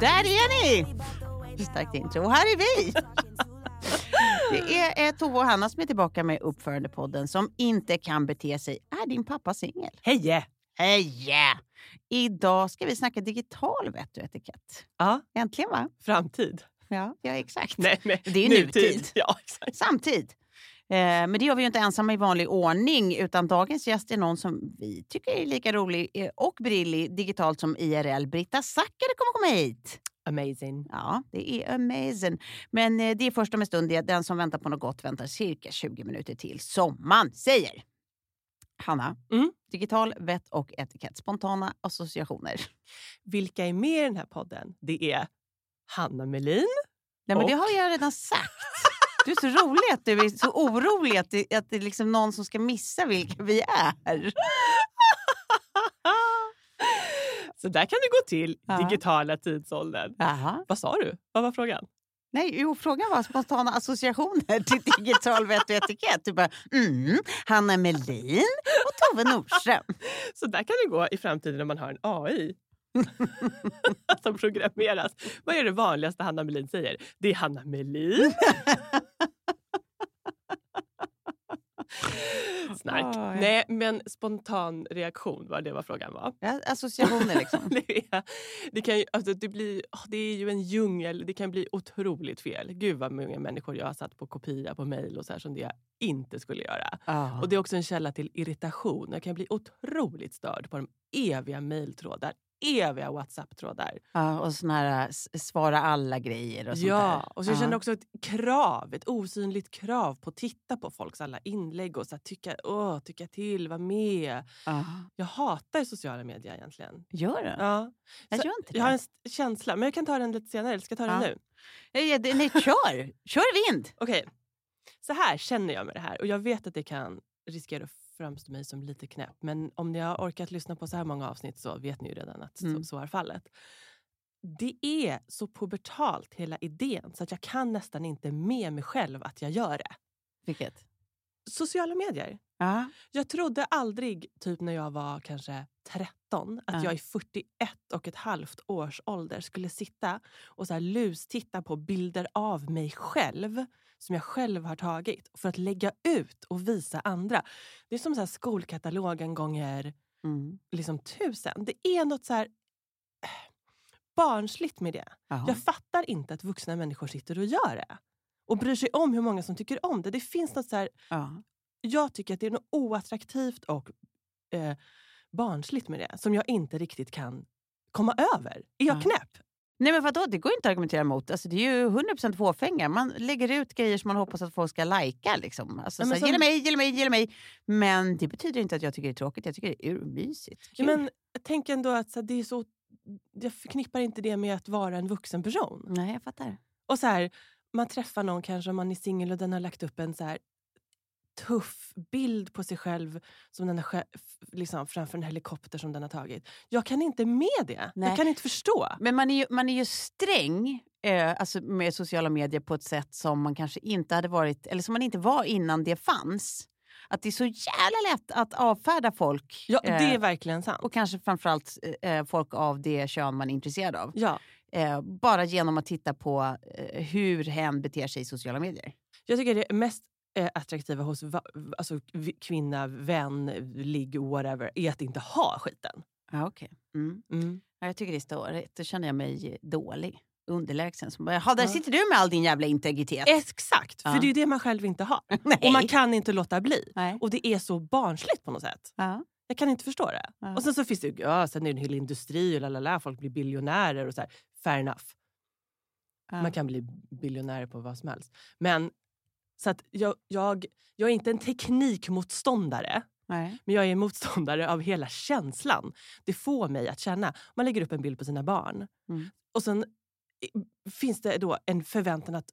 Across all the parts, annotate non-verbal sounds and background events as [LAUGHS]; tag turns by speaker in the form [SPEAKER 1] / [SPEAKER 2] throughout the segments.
[SPEAKER 1] Där är ni! Starkt intro. Och här är vi! Det är eh, Tove och Hanna som är tillbaka med Uppförandepodden som inte kan bete sig. Är din pappa singel?
[SPEAKER 2] Heje!
[SPEAKER 1] Hej! Idag ska vi snacka digital vett och etikett.
[SPEAKER 2] Ja,
[SPEAKER 1] Äntligen va?
[SPEAKER 2] framtid.
[SPEAKER 1] Ja, ja exakt.
[SPEAKER 2] Nej, men
[SPEAKER 1] Det är ju nutid.
[SPEAKER 2] Ja, exakt.
[SPEAKER 1] Samtid. Eh, Men det gör vi ju inte ensamma i vanlig ordning utan dagens gäst är någon som vi tycker är lika rolig eh, och brillig digitalt som IRL. Britta Zackari kommer komma hit.
[SPEAKER 2] Amazing.
[SPEAKER 1] Ja, det är amazing. Men eh, det är först om en stund. Det är den som väntar på något gott väntar cirka 20 minuter till, som man säger. Hanna,
[SPEAKER 2] Mm.
[SPEAKER 1] digital vett och etikett. Spontana associationer.
[SPEAKER 2] Vilka är med i den här podden? Det är Hanna Melin.
[SPEAKER 1] Nej, men Det
[SPEAKER 2] Och?
[SPEAKER 1] har jag redan sagt. Du är så rolig att du är så orolig att det, att det är liksom någon som ska missa vilka vi är.
[SPEAKER 2] Så där kan det gå till,
[SPEAKER 1] Ja.
[SPEAKER 2] digitala tidsåldern.
[SPEAKER 1] Jaha.
[SPEAKER 2] Vad sa du? Vad var frågan?
[SPEAKER 1] Nej, jo, frågan var spontana associationer till digital vett och etikett. Du bara, mm, Hanna Melin och Tove Nordström.
[SPEAKER 2] Så där kan det gå i framtiden när man har en AI [LAUGHS] som programmeras. Vad är det vanligaste Hanna Melin säger? Det är Hanna [LAUGHS] Melin. Snark.
[SPEAKER 1] Ah, ja.
[SPEAKER 2] Nej, men spontan reaktion var det vad frågan var.
[SPEAKER 1] Ja, associationer liksom.
[SPEAKER 2] [LAUGHS] Det, är, det, kan ju, alltså det, blir, ah, det är ju en djungel. Det kan bli otroligt fel. Gud vad många människor jag har satt på kopia på mejl och så här som det jag inte skulle göra.
[SPEAKER 1] Ja.
[SPEAKER 2] Och Det är också en källa till irritation. Jag kan bli otroligt störd på de eviga mejltrådar, eviga Whatsapp-trådar.
[SPEAKER 1] Ja, och såna här eh, s- svara alla-grejer och sånt
[SPEAKER 2] Ja,
[SPEAKER 1] där.
[SPEAKER 2] och så
[SPEAKER 1] Ja.
[SPEAKER 2] jag känner också ett krav, ett osynligt krav på att titta på folks alla inlägg och så här, tycka, åh, tycka till, vara med.
[SPEAKER 1] Ja.
[SPEAKER 2] Jag hatar sociala medier egentligen.
[SPEAKER 1] Gör du?
[SPEAKER 2] Ja.
[SPEAKER 1] jag
[SPEAKER 2] så
[SPEAKER 1] gör inte det.
[SPEAKER 2] Jag har en s- känsla, men jag kan ta den lite senare. eller Ska jag ta den
[SPEAKER 1] Ja.
[SPEAKER 2] nu?
[SPEAKER 1] Nej, ja, det- nej, kör! Kör vind!
[SPEAKER 2] Okej. Så här känner jag med det här och jag vet att det kan riskera att framstå mig som lite knäpp. Men om ni har orkat lyssna på så här många avsnitt så vet ni ju redan att
[SPEAKER 1] Mm.
[SPEAKER 2] så, så är fallet. Det är så pubertalt hela idén så att jag kan nästan inte med mig själv att jag gör det.
[SPEAKER 1] Vilket?
[SPEAKER 2] Sociala medier.
[SPEAKER 1] Ja.
[SPEAKER 2] Jag trodde aldrig, typ när jag var kanske 13, att
[SPEAKER 1] Ja.
[SPEAKER 2] jag i 41 och ett halvt års ålder skulle sitta och så här lustitta på bilder av mig själv som jag själv har tagit för att lägga ut och visa andra. Det är som så här skolkatalogen gånger
[SPEAKER 1] Mm.
[SPEAKER 2] liksom tusen. Det är något så här eh, barnsligt med det.
[SPEAKER 1] Jaha.
[SPEAKER 2] Jag fattar inte att vuxna människor sitter och gör det och bryr sig om hur många som tycker om det. Det finns något så här
[SPEAKER 1] Ja.
[SPEAKER 2] jag tycker att det är något oattraktivt och eh, barnsligt med det som jag inte riktigt kan komma över. Är jag
[SPEAKER 1] Ja.
[SPEAKER 2] knäpp?
[SPEAKER 1] Nej men vadå, det går inte att argumentera emot. Alltså, det är ju 100% fåfänga. Man lägger ut grejer som man hoppas att folk ska lajka. Liksom. Alltså,
[SPEAKER 2] Ja,
[SPEAKER 1] så
[SPEAKER 2] men
[SPEAKER 1] här,
[SPEAKER 2] som-
[SPEAKER 1] Gilla mig, gilla mig, gilla mig. Men det betyder inte att jag tycker det är tråkigt. Jag tycker det är urmysigt. Kul.
[SPEAKER 2] Men tänk ändå att så, här, det är så, jag förknippar inte det med att vara en vuxen person.
[SPEAKER 1] Nej, jag fattar.
[SPEAKER 2] Och så här, Man träffar någon kanske om man är singel och den har lagt upp en så här tuff bild på sig själv som den har skä- f- liksom, framför en helikopter som den har tagit. Jag kan inte med det.
[SPEAKER 1] Nej.
[SPEAKER 2] Jag kan inte förstå.
[SPEAKER 1] Men man är ju, man är ju sträng eh, alltså med sociala medier på ett sätt som man kanske inte hade varit, eller som man inte var innan det fanns. Att det är så jävla lätt att avfärda folk.
[SPEAKER 2] Ja,
[SPEAKER 1] eh,
[SPEAKER 2] det är verkligen sant.
[SPEAKER 1] och kanske framförallt eh, folk av det kön man är intresserad av.
[SPEAKER 2] Ja.
[SPEAKER 1] Eh, bara genom att titta på eh, hur hen beter sig i sociala medier.
[SPEAKER 2] Jag tycker det mest eh, attraktiva hos va, alltså, v- kvinna, vän, ligg, whatever är att inte ha skiten.
[SPEAKER 1] Ja, okay. mm. ja, jag tycker det är störigt. Då känner jag mig dålig, underlägsen. Som bara, "Jaha, där
[SPEAKER 2] Ja.
[SPEAKER 1] sitter du med all din jävla integritet. [LAUGHS]
[SPEAKER 2] Exakt, för
[SPEAKER 1] Ja.
[SPEAKER 2] det är ju det man själv inte har.
[SPEAKER 1] Nej.
[SPEAKER 2] Och man kan inte låta bli.
[SPEAKER 1] Nej.
[SPEAKER 2] Och det är så barnsligt på något sätt.
[SPEAKER 1] Ja.
[SPEAKER 2] Jag kan inte förstå det.
[SPEAKER 1] Ja.
[SPEAKER 2] Och sen så finns det ju ja, sen är det en hel industri och lalala, folk blir biljonärer och så här. Fair enough.
[SPEAKER 1] Ja.
[SPEAKER 2] Man kan bli biljonär på vad som helst. Men så att jag, jag, jag är inte en teknikmotståndare.
[SPEAKER 1] Nej.
[SPEAKER 2] Men jag är motståndare av hela känslan det får mig att känna. Man lägger upp en bild på sina barn.
[SPEAKER 1] Mm.
[SPEAKER 2] Och sen i- finns det då en förväntan att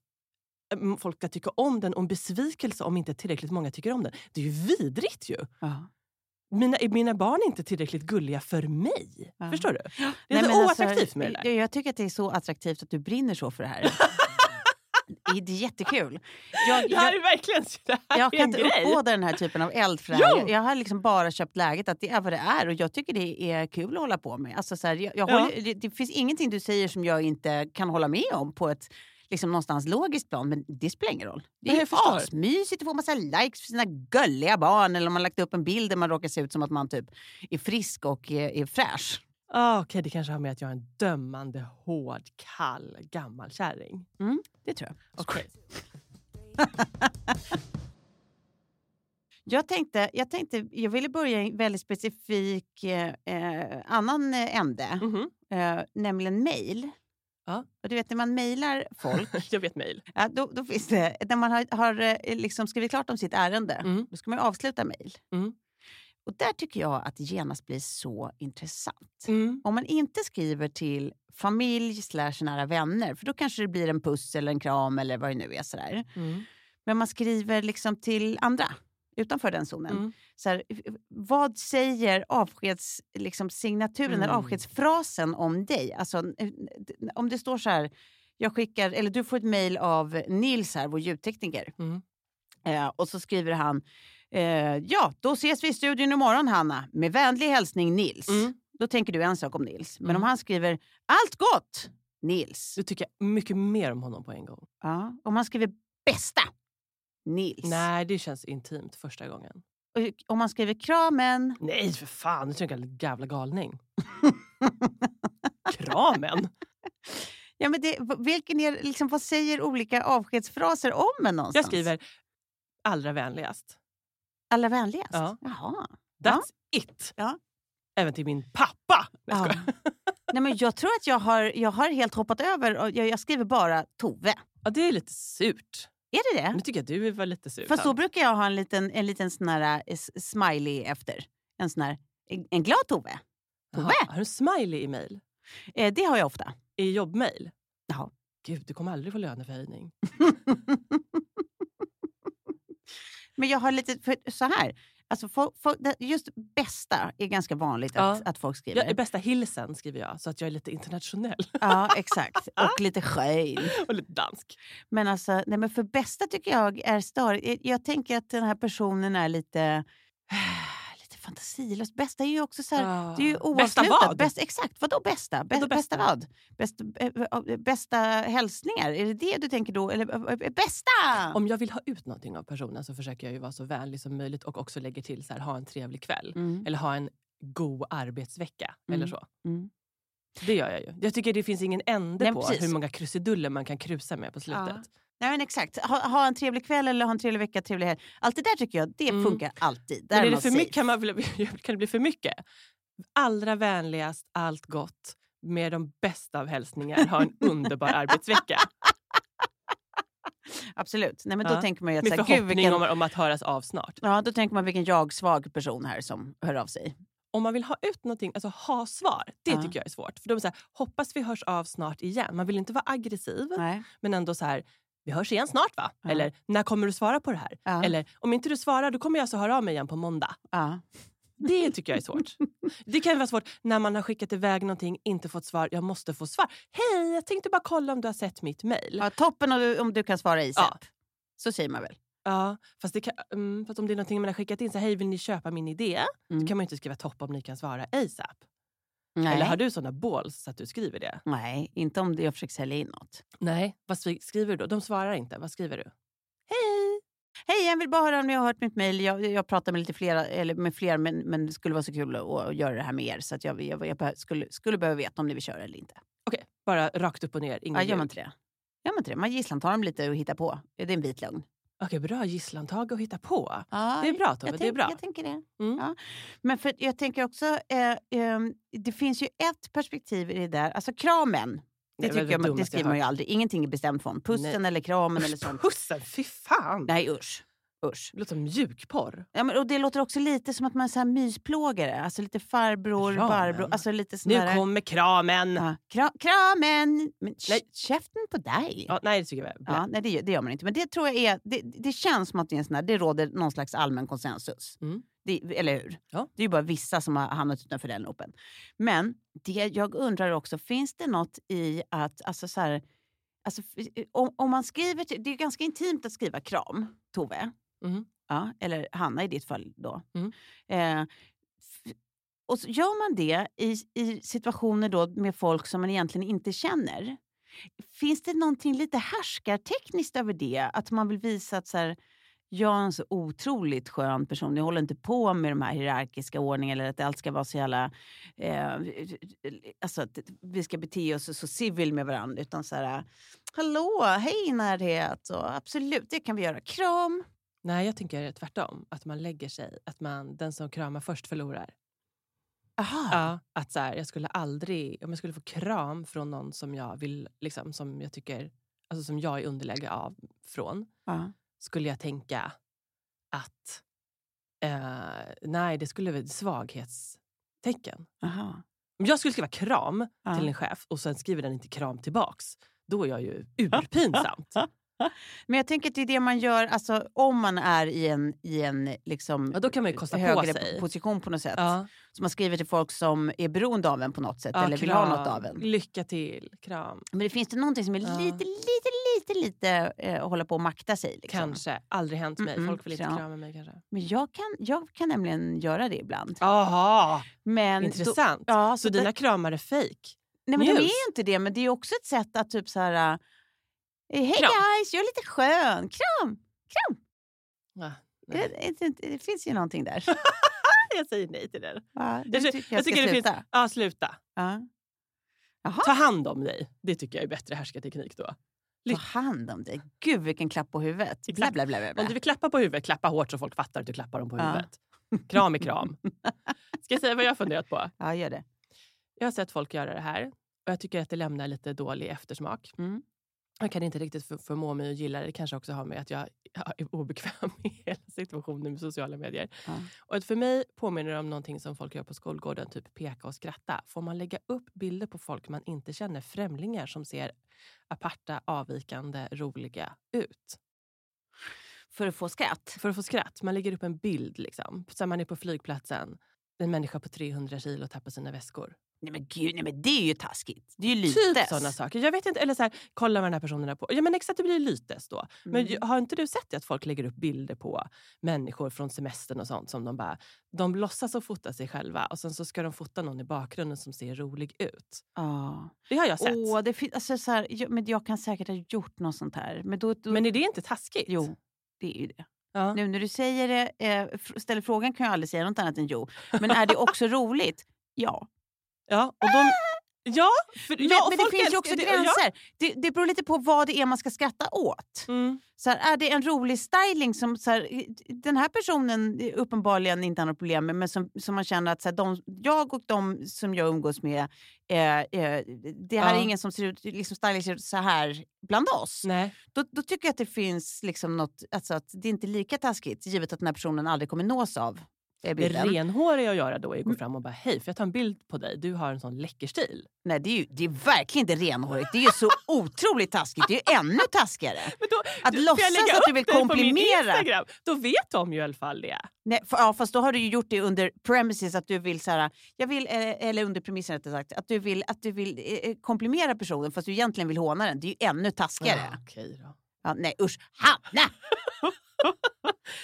[SPEAKER 2] mm, folk ska tycka om den och en besvikelse om inte tillräckligt många tycker om den. Det är ju vidrigt ju!
[SPEAKER 1] Ja.
[SPEAKER 2] Mina, mina barn är inte tillräckligt gulliga för mig.
[SPEAKER 1] Ja.
[SPEAKER 2] Förstår du? Det
[SPEAKER 1] Nej,
[SPEAKER 2] är så
[SPEAKER 1] men alltså,
[SPEAKER 2] oattraktivt med det där. [LAUGHS]
[SPEAKER 1] jag, jag tycker att det är så attraktivt att du brinner så för det här. är det är jättekul. Jag,
[SPEAKER 2] Det här
[SPEAKER 1] jag,
[SPEAKER 2] är verkligen så det här
[SPEAKER 1] jag
[SPEAKER 2] är
[SPEAKER 1] kan
[SPEAKER 2] en
[SPEAKER 1] inte
[SPEAKER 2] grej.
[SPEAKER 1] uppbåda den här typen av eld för det
[SPEAKER 2] Jo!
[SPEAKER 1] här. Jag, jag har liksom bara köpt läget att det är vad det är och jag tycker det är kul att hålla på med. Alltså så här, jag, jag
[SPEAKER 2] Ja.
[SPEAKER 1] håller, det, det finns ingenting du säger som jag inte kan hålla med om på ett liksom någonstans logiskt plan, men det spelar ingen roll. Det
[SPEAKER 2] Nej,
[SPEAKER 1] är
[SPEAKER 2] jag förstår.
[SPEAKER 1] asmysigt att få massa likes för sina gulliga barn eller om man lagt upp en bild där man råkar se ut som att man typ är frisk och är, är fräsch.
[SPEAKER 2] Ah, Okej, det kanske har med att jag är en dömande, hård, kall gammal kärring.
[SPEAKER 1] Det tror jag.
[SPEAKER 2] Okej.
[SPEAKER 1] Jag tänkte, jag tänkte, jag ville börja i en väldigt specifik eh, eh, annan eh, ände,
[SPEAKER 2] Mhm.
[SPEAKER 1] eh, nämligen mejl.
[SPEAKER 2] Ja.
[SPEAKER 1] Och du vet när man mejlar
[SPEAKER 2] [LAUGHS]
[SPEAKER 1] folk,
[SPEAKER 2] Jag vet mejl.
[SPEAKER 1] ja, då, då finns det, när man har, har eh, liksom skrivit klart om sitt ärende,
[SPEAKER 2] Mm.
[SPEAKER 1] då ska man ju avsluta mejl.
[SPEAKER 2] Mm.
[SPEAKER 1] Och där tycker jag att det genast blir så intressant.
[SPEAKER 2] Mm.
[SPEAKER 1] Om man inte skriver till familj slash nära vänner, för då kanske det blir en puss eller en kram eller vad det nu är. Sådär.
[SPEAKER 2] Mm.
[SPEAKER 1] Men man skriver liksom till andra utanför den zonen.
[SPEAKER 2] Mm.
[SPEAKER 1] Så här, vad säger avskeds, liksom, signaturen eller
[SPEAKER 2] Mm.
[SPEAKER 1] avskedsfrasen om dig? Alltså, n- n- om det står så här, jag skickar, eller du får ett mejl av Nils, här, vår ljudtekniker.
[SPEAKER 2] Mm.
[SPEAKER 1] Eh, och så skriver han, eh, ja, då ses vi i studion imorgon Hanna. Med vänlig hälsning Nils.
[SPEAKER 2] Mm.
[SPEAKER 1] Då tänker du en sak om Nils. Men
[SPEAKER 2] Mm.
[SPEAKER 1] om han skriver, allt gott Nils.
[SPEAKER 2] Du tycker mycket mer om honom på en gång.
[SPEAKER 1] Ja. Om han skriver, bästa Nils.
[SPEAKER 2] Nej, det känns intimt första gången.
[SPEAKER 1] Och eh, Om han skriver, kramen.
[SPEAKER 2] Nej, för fan. Du tycker jag är en jävla galning. [LAUGHS] Kramen!
[SPEAKER 1] Ja, men det, v- vilken är, liksom, vad säger olika avskedsfraser om en någonstans?
[SPEAKER 2] Jag skriver allra vänligast.
[SPEAKER 1] Allra vänligast?
[SPEAKER 2] Ja.
[SPEAKER 1] Jaha.
[SPEAKER 2] That's it!
[SPEAKER 1] Ja.
[SPEAKER 2] Även till min pappa! Nej, jag
[SPEAKER 1] Ja.
[SPEAKER 2] skojar.
[SPEAKER 1] Nej, men jag tror att jag har, jag har helt hoppat över. Och jag, jag skriver bara Tove.
[SPEAKER 2] Ja, det är lite surt.
[SPEAKER 1] Är det
[SPEAKER 2] Nu
[SPEAKER 1] det?
[SPEAKER 2] tycker jag du var lite sur.
[SPEAKER 1] För så
[SPEAKER 2] Hanna.
[SPEAKER 1] brukar jag ha en liten, en liten sån här, eh, s- smiley efter. En sån här, en- en glad Tove.
[SPEAKER 2] Jaha,
[SPEAKER 1] Tove.
[SPEAKER 2] Har du en smiley i mejl?
[SPEAKER 1] Eh, det har jag ofta. [LAUGHS]
[SPEAKER 2] I jobbmejl?
[SPEAKER 1] Ja.
[SPEAKER 2] Gud, du kommer aldrig få löneförhöjning.
[SPEAKER 1] Men jag har lite, för, så här. Alltså, folk, folk, det- just bästa är ganska vanligt att,
[SPEAKER 2] Ja.
[SPEAKER 1] att folk
[SPEAKER 2] Jag är
[SPEAKER 1] skriver.
[SPEAKER 2] bästa hilsen skriver jag, så att jag är lite internationell [LAUGHS]
[SPEAKER 1] Ja, exakt. Och lite skön.
[SPEAKER 2] och lite dansk.
[SPEAKER 1] Men alltså, nej men för bästa tycker jag är störigt. Jag- Jag tänker att den här personen är lite, [SIGHS] lite fantasilös. Bästa är ju också så här, det är ju
[SPEAKER 2] Ah. Bästa
[SPEAKER 1] oavslutat.
[SPEAKER 2] vad?
[SPEAKER 1] Bäst, exakt, vadå bästa? Bäst,
[SPEAKER 2] Vadå bästa?
[SPEAKER 1] bästa? vad? Bäst, eh, bästa hälsningar, är det det du tänker då? Eller eh, eh, bästa!
[SPEAKER 2] Om jag vill ha ut någonting av personen så försöker jag ju vara så vänlig som möjligt och också lägger till så här, ha en trevlig kväll.
[SPEAKER 1] Mm,
[SPEAKER 2] Eller ha en god arbetsvecka eller
[SPEAKER 1] Mm.
[SPEAKER 2] så.
[SPEAKER 1] mm.
[SPEAKER 2] Det gör jag ju. Jag tycker det finns ingen ände
[SPEAKER 1] Nej,
[SPEAKER 2] på
[SPEAKER 1] precis.
[SPEAKER 2] hur många krusiduller man kan krusa med på slutet.
[SPEAKER 1] Nej, men exakt, ha, ha en trevlig kväll eller ha en trevlig vecka, trevlig helg. Allt det där tycker jag, det
[SPEAKER 2] Mm.
[SPEAKER 1] funkar alltid. Där
[SPEAKER 2] Men är det
[SPEAKER 1] man
[SPEAKER 2] för
[SPEAKER 1] safe.
[SPEAKER 2] mycket, kan, man, bli- [LAUGHS] kan det bli för mycket? Allra vänligast, allt gott, med de bästa av hälsningar.
[SPEAKER 1] [LAUGHS]
[SPEAKER 2] Ha en underbar arbetsvecka.
[SPEAKER 1] Absolut, Nej, men
[SPEAKER 2] Ja.
[SPEAKER 1] då tänker man ju att
[SPEAKER 2] Med
[SPEAKER 1] så här, gud,
[SPEAKER 2] förhoppning
[SPEAKER 1] vilken,
[SPEAKER 2] om, om att höras av snart.
[SPEAKER 1] ja, då tänker man vilken jag-svag person här som hör av sig.
[SPEAKER 2] Om man vill ha ut någonting, alltså ha svar, det
[SPEAKER 1] Ja.
[SPEAKER 2] tycker jag är svårt. För de är så här, hoppas vi hörs av snart igen. Man vill inte vara aggressiv,
[SPEAKER 1] Nej.
[SPEAKER 2] men ändå så här, vi hörs igen snart va?
[SPEAKER 1] Ja.
[SPEAKER 2] Eller, när kommer du svara på det här?
[SPEAKER 1] Ja.
[SPEAKER 2] Eller, om inte du svarar, då kommer jag så höra av mig igen på måndag.
[SPEAKER 1] Ja. [LAUGHS]
[SPEAKER 2] Det tycker jag är svårt. Det kan vara svårt när man har skickat iväg någonting, inte fått svar. Jag måste få svar. Hej, jag tänkte bara kolla om du har sett mitt mejl. Ja.
[SPEAKER 1] Ja, toppen om du, om du kan svara ISEP. Så säger man väl?
[SPEAKER 2] fast, det kan, mm, fast om det är någonting man har skickat in, så här, hej vill ni köpa min idé? Då
[SPEAKER 1] Mm.
[SPEAKER 2] kan man ju inte skriva topp om ni kan svara ASAP.
[SPEAKER 1] Nej.
[SPEAKER 2] Eller har du såna balls att du skriver det?
[SPEAKER 1] Nej, inte om det jag försöker sälja in något.
[SPEAKER 2] Nej. Vad skri- skriver du då? De svarar inte. Vad skriver du? Hej!
[SPEAKER 1] Hej, jag vill bara höra om ni har hört mitt mejl. Jag, jag pratar med lite flera, eller med fler, men, men det skulle vara så kul att, att göra det här med er. Så att jag, jag, jag behö- skulle, skulle behöva veta om ni vill köra eller inte.
[SPEAKER 2] Okej, bara rakt upp och ner.
[SPEAKER 1] Ja,
[SPEAKER 2] Ingen
[SPEAKER 1] gör man
[SPEAKER 2] ljud.
[SPEAKER 1] inte det? Gör man inte det? Man gisslantar dem lite och hittar på. Det är en vit lögn.
[SPEAKER 2] Okej, bra gisslandtag att hitta på.
[SPEAKER 1] Ja,
[SPEAKER 2] Det är bra Tove,
[SPEAKER 1] Jag,
[SPEAKER 2] Ah, det är
[SPEAKER 1] tänk,
[SPEAKER 2] bra.
[SPEAKER 1] jag tänker det.
[SPEAKER 2] Mm.
[SPEAKER 1] Ja. Men för, jag tänker också, eh, ehm, det finns ju ett perspektiv i det där. Alltså kramen. Det,
[SPEAKER 2] Nej,
[SPEAKER 1] tycker
[SPEAKER 2] vad
[SPEAKER 1] jag, man- det
[SPEAKER 2] dummast
[SPEAKER 1] skriver
[SPEAKER 2] jag
[SPEAKER 1] man ju aldrig. Ingenting är bestämt form. Pussen eller kramen eller sånt.
[SPEAKER 2] Pussen, fy fan!
[SPEAKER 1] Nej usch. usch.
[SPEAKER 2] Det låter som mjukporr.
[SPEAKER 1] Ja, men, och det låter också lite som att man är så här mysplågare. Alltså lite farbror,
[SPEAKER 2] Kramen.
[SPEAKER 1] farbror. Alltså lite sån
[SPEAKER 2] Nu
[SPEAKER 1] där-
[SPEAKER 2] kommer kramen!
[SPEAKER 1] Ja, kra, kramen! Men
[SPEAKER 2] Nej.
[SPEAKER 1] nej. käften på dig! Ja.
[SPEAKER 2] Ja, nej, det tycker jag är
[SPEAKER 1] nej, det, gör- det gör man inte. Men det tror jag är... Det, det känns som att det, är en sån här, det råder någon slags allmän konsensus.
[SPEAKER 2] Mm.
[SPEAKER 1] Det, eller hur?
[SPEAKER 2] Ja.
[SPEAKER 1] Det är ju bara vissa som har hamnat utanför den loopen. Men det jag undrar också, finns det något i att... Alltså så här, Alltså, f- om, om man skriver, till- det är ju ganska intimt att skriva kram, Tove.
[SPEAKER 2] Mm.
[SPEAKER 1] Ja, eller Hanna i ditt fall då.
[SPEAKER 2] Mm.
[SPEAKER 1] Eh, f- och så gör man det i, i situationer då med folk som man egentligen inte känner. Finns det någonting lite härskartekniskt över det? Att man vill visa att så här, jag är en så otroligt skön person. Jag håller inte på med de här hierarkiska ordningarna eller att allt ska vara så jävla... Eh, alltså att vi ska bete oss så civil med varandra. Utan så här, hallå, hej närhet. Och absolut, det kan vi göra. Kram.
[SPEAKER 2] Nej, jag tänker tvärtom. Att man lägger sig. Att man, den som kramar först förlorar.
[SPEAKER 1] Aha.
[SPEAKER 2] Ja, att så här, jag skulle aldrig, om jag skulle få kram från någon som jag vill, liksom, som jag tycker, alltså som jag är underläge av från,
[SPEAKER 1] Ja.
[SPEAKER 2] skulle jag tänka att eh, nej, det skulle vara ett svaghetstecken.
[SPEAKER 1] Aha.
[SPEAKER 2] Om jag skulle skriva kram
[SPEAKER 1] Ja.
[SPEAKER 2] till en chef och sen skriver den inte kram tillbaks, då är
[SPEAKER 1] [LAUGHS]
[SPEAKER 2] jag ju urpinsamt.
[SPEAKER 1] Men jag tänker att det är det man gör alltså, om man är i en, i en liksom,
[SPEAKER 2] Ja, då kan man ju kosta på
[SPEAKER 1] högre
[SPEAKER 2] sig.
[SPEAKER 1] position på något sätt.
[SPEAKER 2] Ja,
[SPEAKER 1] Så man skriver till folk som är beroende av en på något sätt
[SPEAKER 2] ja,
[SPEAKER 1] eller vill
[SPEAKER 2] kram.
[SPEAKER 1] ha något av en.
[SPEAKER 2] Lycka till, kram.
[SPEAKER 1] Men det finns det någonting som är
[SPEAKER 2] Ja.
[SPEAKER 1] lite, lite, lite, lite eh, att hålla på och makta sig. Liksom.
[SPEAKER 2] Kanske. Aldrig hänt mig.
[SPEAKER 1] Mm-mm,
[SPEAKER 2] Folk vill inte
[SPEAKER 1] kram.
[SPEAKER 2] krama mig kanske.
[SPEAKER 1] Men jag kan, jag kan nämligen göra det ibland.
[SPEAKER 2] Aha,
[SPEAKER 1] Men då-
[SPEAKER 2] intressant.
[SPEAKER 1] ja,
[SPEAKER 2] Så
[SPEAKER 1] så
[SPEAKER 2] dina kramar är fejk?
[SPEAKER 1] Nej, men de
[SPEAKER 2] News.
[SPEAKER 1] är inte det, men det är också ett sätt att typ så här... eh, Hej
[SPEAKER 2] Kram.
[SPEAKER 1] guys, jag är lite skön. Kram!
[SPEAKER 2] Ja,
[SPEAKER 1] Det, [LAUGHS] det, det, det finns ju någonting
[SPEAKER 2] [LAUGHS]
[SPEAKER 1] där.
[SPEAKER 2] Jag säger nej till det.
[SPEAKER 1] Va? Du
[SPEAKER 2] Jag, ty-
[SPEAKER 1] tycker
[SPEAKER 2] jag
[SPEAKER 1] jag ska
[SPEAKER 2] tycker det finns...
[SPEAKER 1] sluta?
[SPEAKER 2] Ja, sluta.
[SPEAKER 1] Ja.
[SPEAKER 2] Ta hand om dig. Det tycker jag är bättre härskarteknik då.
[SPEAKER 1] Ta hand om dig. Gud, vilken klapp på huvudet. Bla,
[SPEAKER 2] Exakt.
[SPEAKER 1] bla, bla, bla,
[SPEAKER 2] Om
[SPEAKER 1] bla.
[SPEAKER 2] du vill klappa på huvudet, klappa hårt så folk fattar att du klappar dem på
[SPEAKER 1] Ja.
[SPEAKER 2] huvudet. Kram är kram. Ska jag säga vad jag har funderat på?
[SPEAKER 1] Ja, gör det.
[SPEAKER 2] Jag har sett folk göra det här och jag tycker att det lämnar lite dålig eftersmak.
[SPEAKER 1] Mm.
[SPEAKER 2] Jag kan inte riktigt för, förmå mig att gilla det. Det kanske också har med att jag ja, är obekväm [LAUGHS] i hela situationen med sociala medier.
[SPEAKER 1] Ja.
[SPEAKER 2] Och att för mig påminner det om någonting som folk gör på skolgården, typ peka och skratta. Får man lägga upp bilder på folk man inte känner, främlingar som ser aparta, avvikande, roliga ut?
[SPEAKER 1] För att få skratt.
[SPEAKER 2] För att få skratt, man lägger upp en bild liksom. Sen man är på flygplatsen, en människa på 300 kilo tappar sina väskor.
[SPEAKER 1] Nej men gud, nej, men det är ju taskigt. Det är ju lytes.
[SPEAKER 2] Typ sådana saker. Jag vet inte, eller så här, kolla vad den här personen är på. Ja men exakt, det blir lytes då. Men ju-
[SPEAKER 1] Mm.
[SPEAKER 2] har inte du sett det att folk lägger upp bilder på människor från semestern och sånt som de bara, de låtsas att fota sig själva och sen så ska de fota någon i bakgrunden som ser rolig ut.
[SPEAKER 1] Mm, Ja.
[SPEAKER 2] Det har jag sett.
[SPEAKER 1] Åh, det finns, alltså, så här, jag, men jag kan säkert ha gjort något sånt här. Men då, då,
[SPEAKER 2] men är det inte taskigt?
[SPEAKER 1] jo, det är ju det.
[SPEAKER 2] Ja.
[SPEAKER 1] Nu när du säger det, eh, fr- ställer frågan kan jag aldrig säga något annat än jo. Men är det också roligt? Ja.
[SPEAKER 2] Ja, och de, ja, för,
[SPEAKER 1] Men,
[SPEAKER 2] ja, och
[SPEAKER 1] men
[SPEAKER 2] folk
[SPEAKER 1] det finns ju
[SPEAKER 2] älskar
[SPEAKER 1] också
[SPEAKER 2] det, och jag-
[SPEAKER 1] gränser. Det, det beror lite på vad det är man ska skratta åt.
[SPEAKER 2] Mm.
[SPEAKER 1] Så här, är det en rolig styling som så här, i- den här personen uppenbarligen inte har något problem med men som, som man känner att så här, de, jag och de som jag umgås med, eh, eh, det här
[SPEAKER 2] Ja.
[SPEAKER 1] är ingen som ser ut, liksom stylar sig så här bland oss.
[SPEAKER 2] Nej.
[SPEAKER 1] Då, då tycker jag att det finns liksom något, alltså att det är inte lika taskigt givet att den här personen aldrig kommer nås av eh,
[SPEAKER 2] Det
[SPEAKER 1] bilden.
[SPEAKER 2] renhåriga att göra då är att gå fram och bara hej, för jag tar en bild på dig, du har en sån läcker stil.
[SPEAKER 1] Nej, det är, ju, det är verkligen inte renhårigt. Det är ju så otroligt taskigt. Det är ju ännu taskigare.
[SPEAKER 2] Men då,
[SPEAKER 1] Att
[SPEAKER 2] du- får jag
[SPEAKER 1] låtsas
[SPEAKER 2] lägga
[SPEAKER 1] att du
[SPEAKER 2] upp
[SPEAKER 1] vill
[SPEAKER 2] dig på min
[SPEAKER 1] komplimera.
[SPEAKER 2] Instagram? Då vet de ju i alla fall det.
[SPEAKER 1] Nej, för, ja, fast då har du ju gjort det under premises att du vill, så här, jag vill eh, eller under premissen rättare sagt, att du vill, att du vill eh, eh, komplimera personen fast du egentligen vill håna den. Det är ju ännu taskigare.
[SPEAKER 2] Ja, okej då.
[SPEAKER 1] Ja, nej usch, Hanna!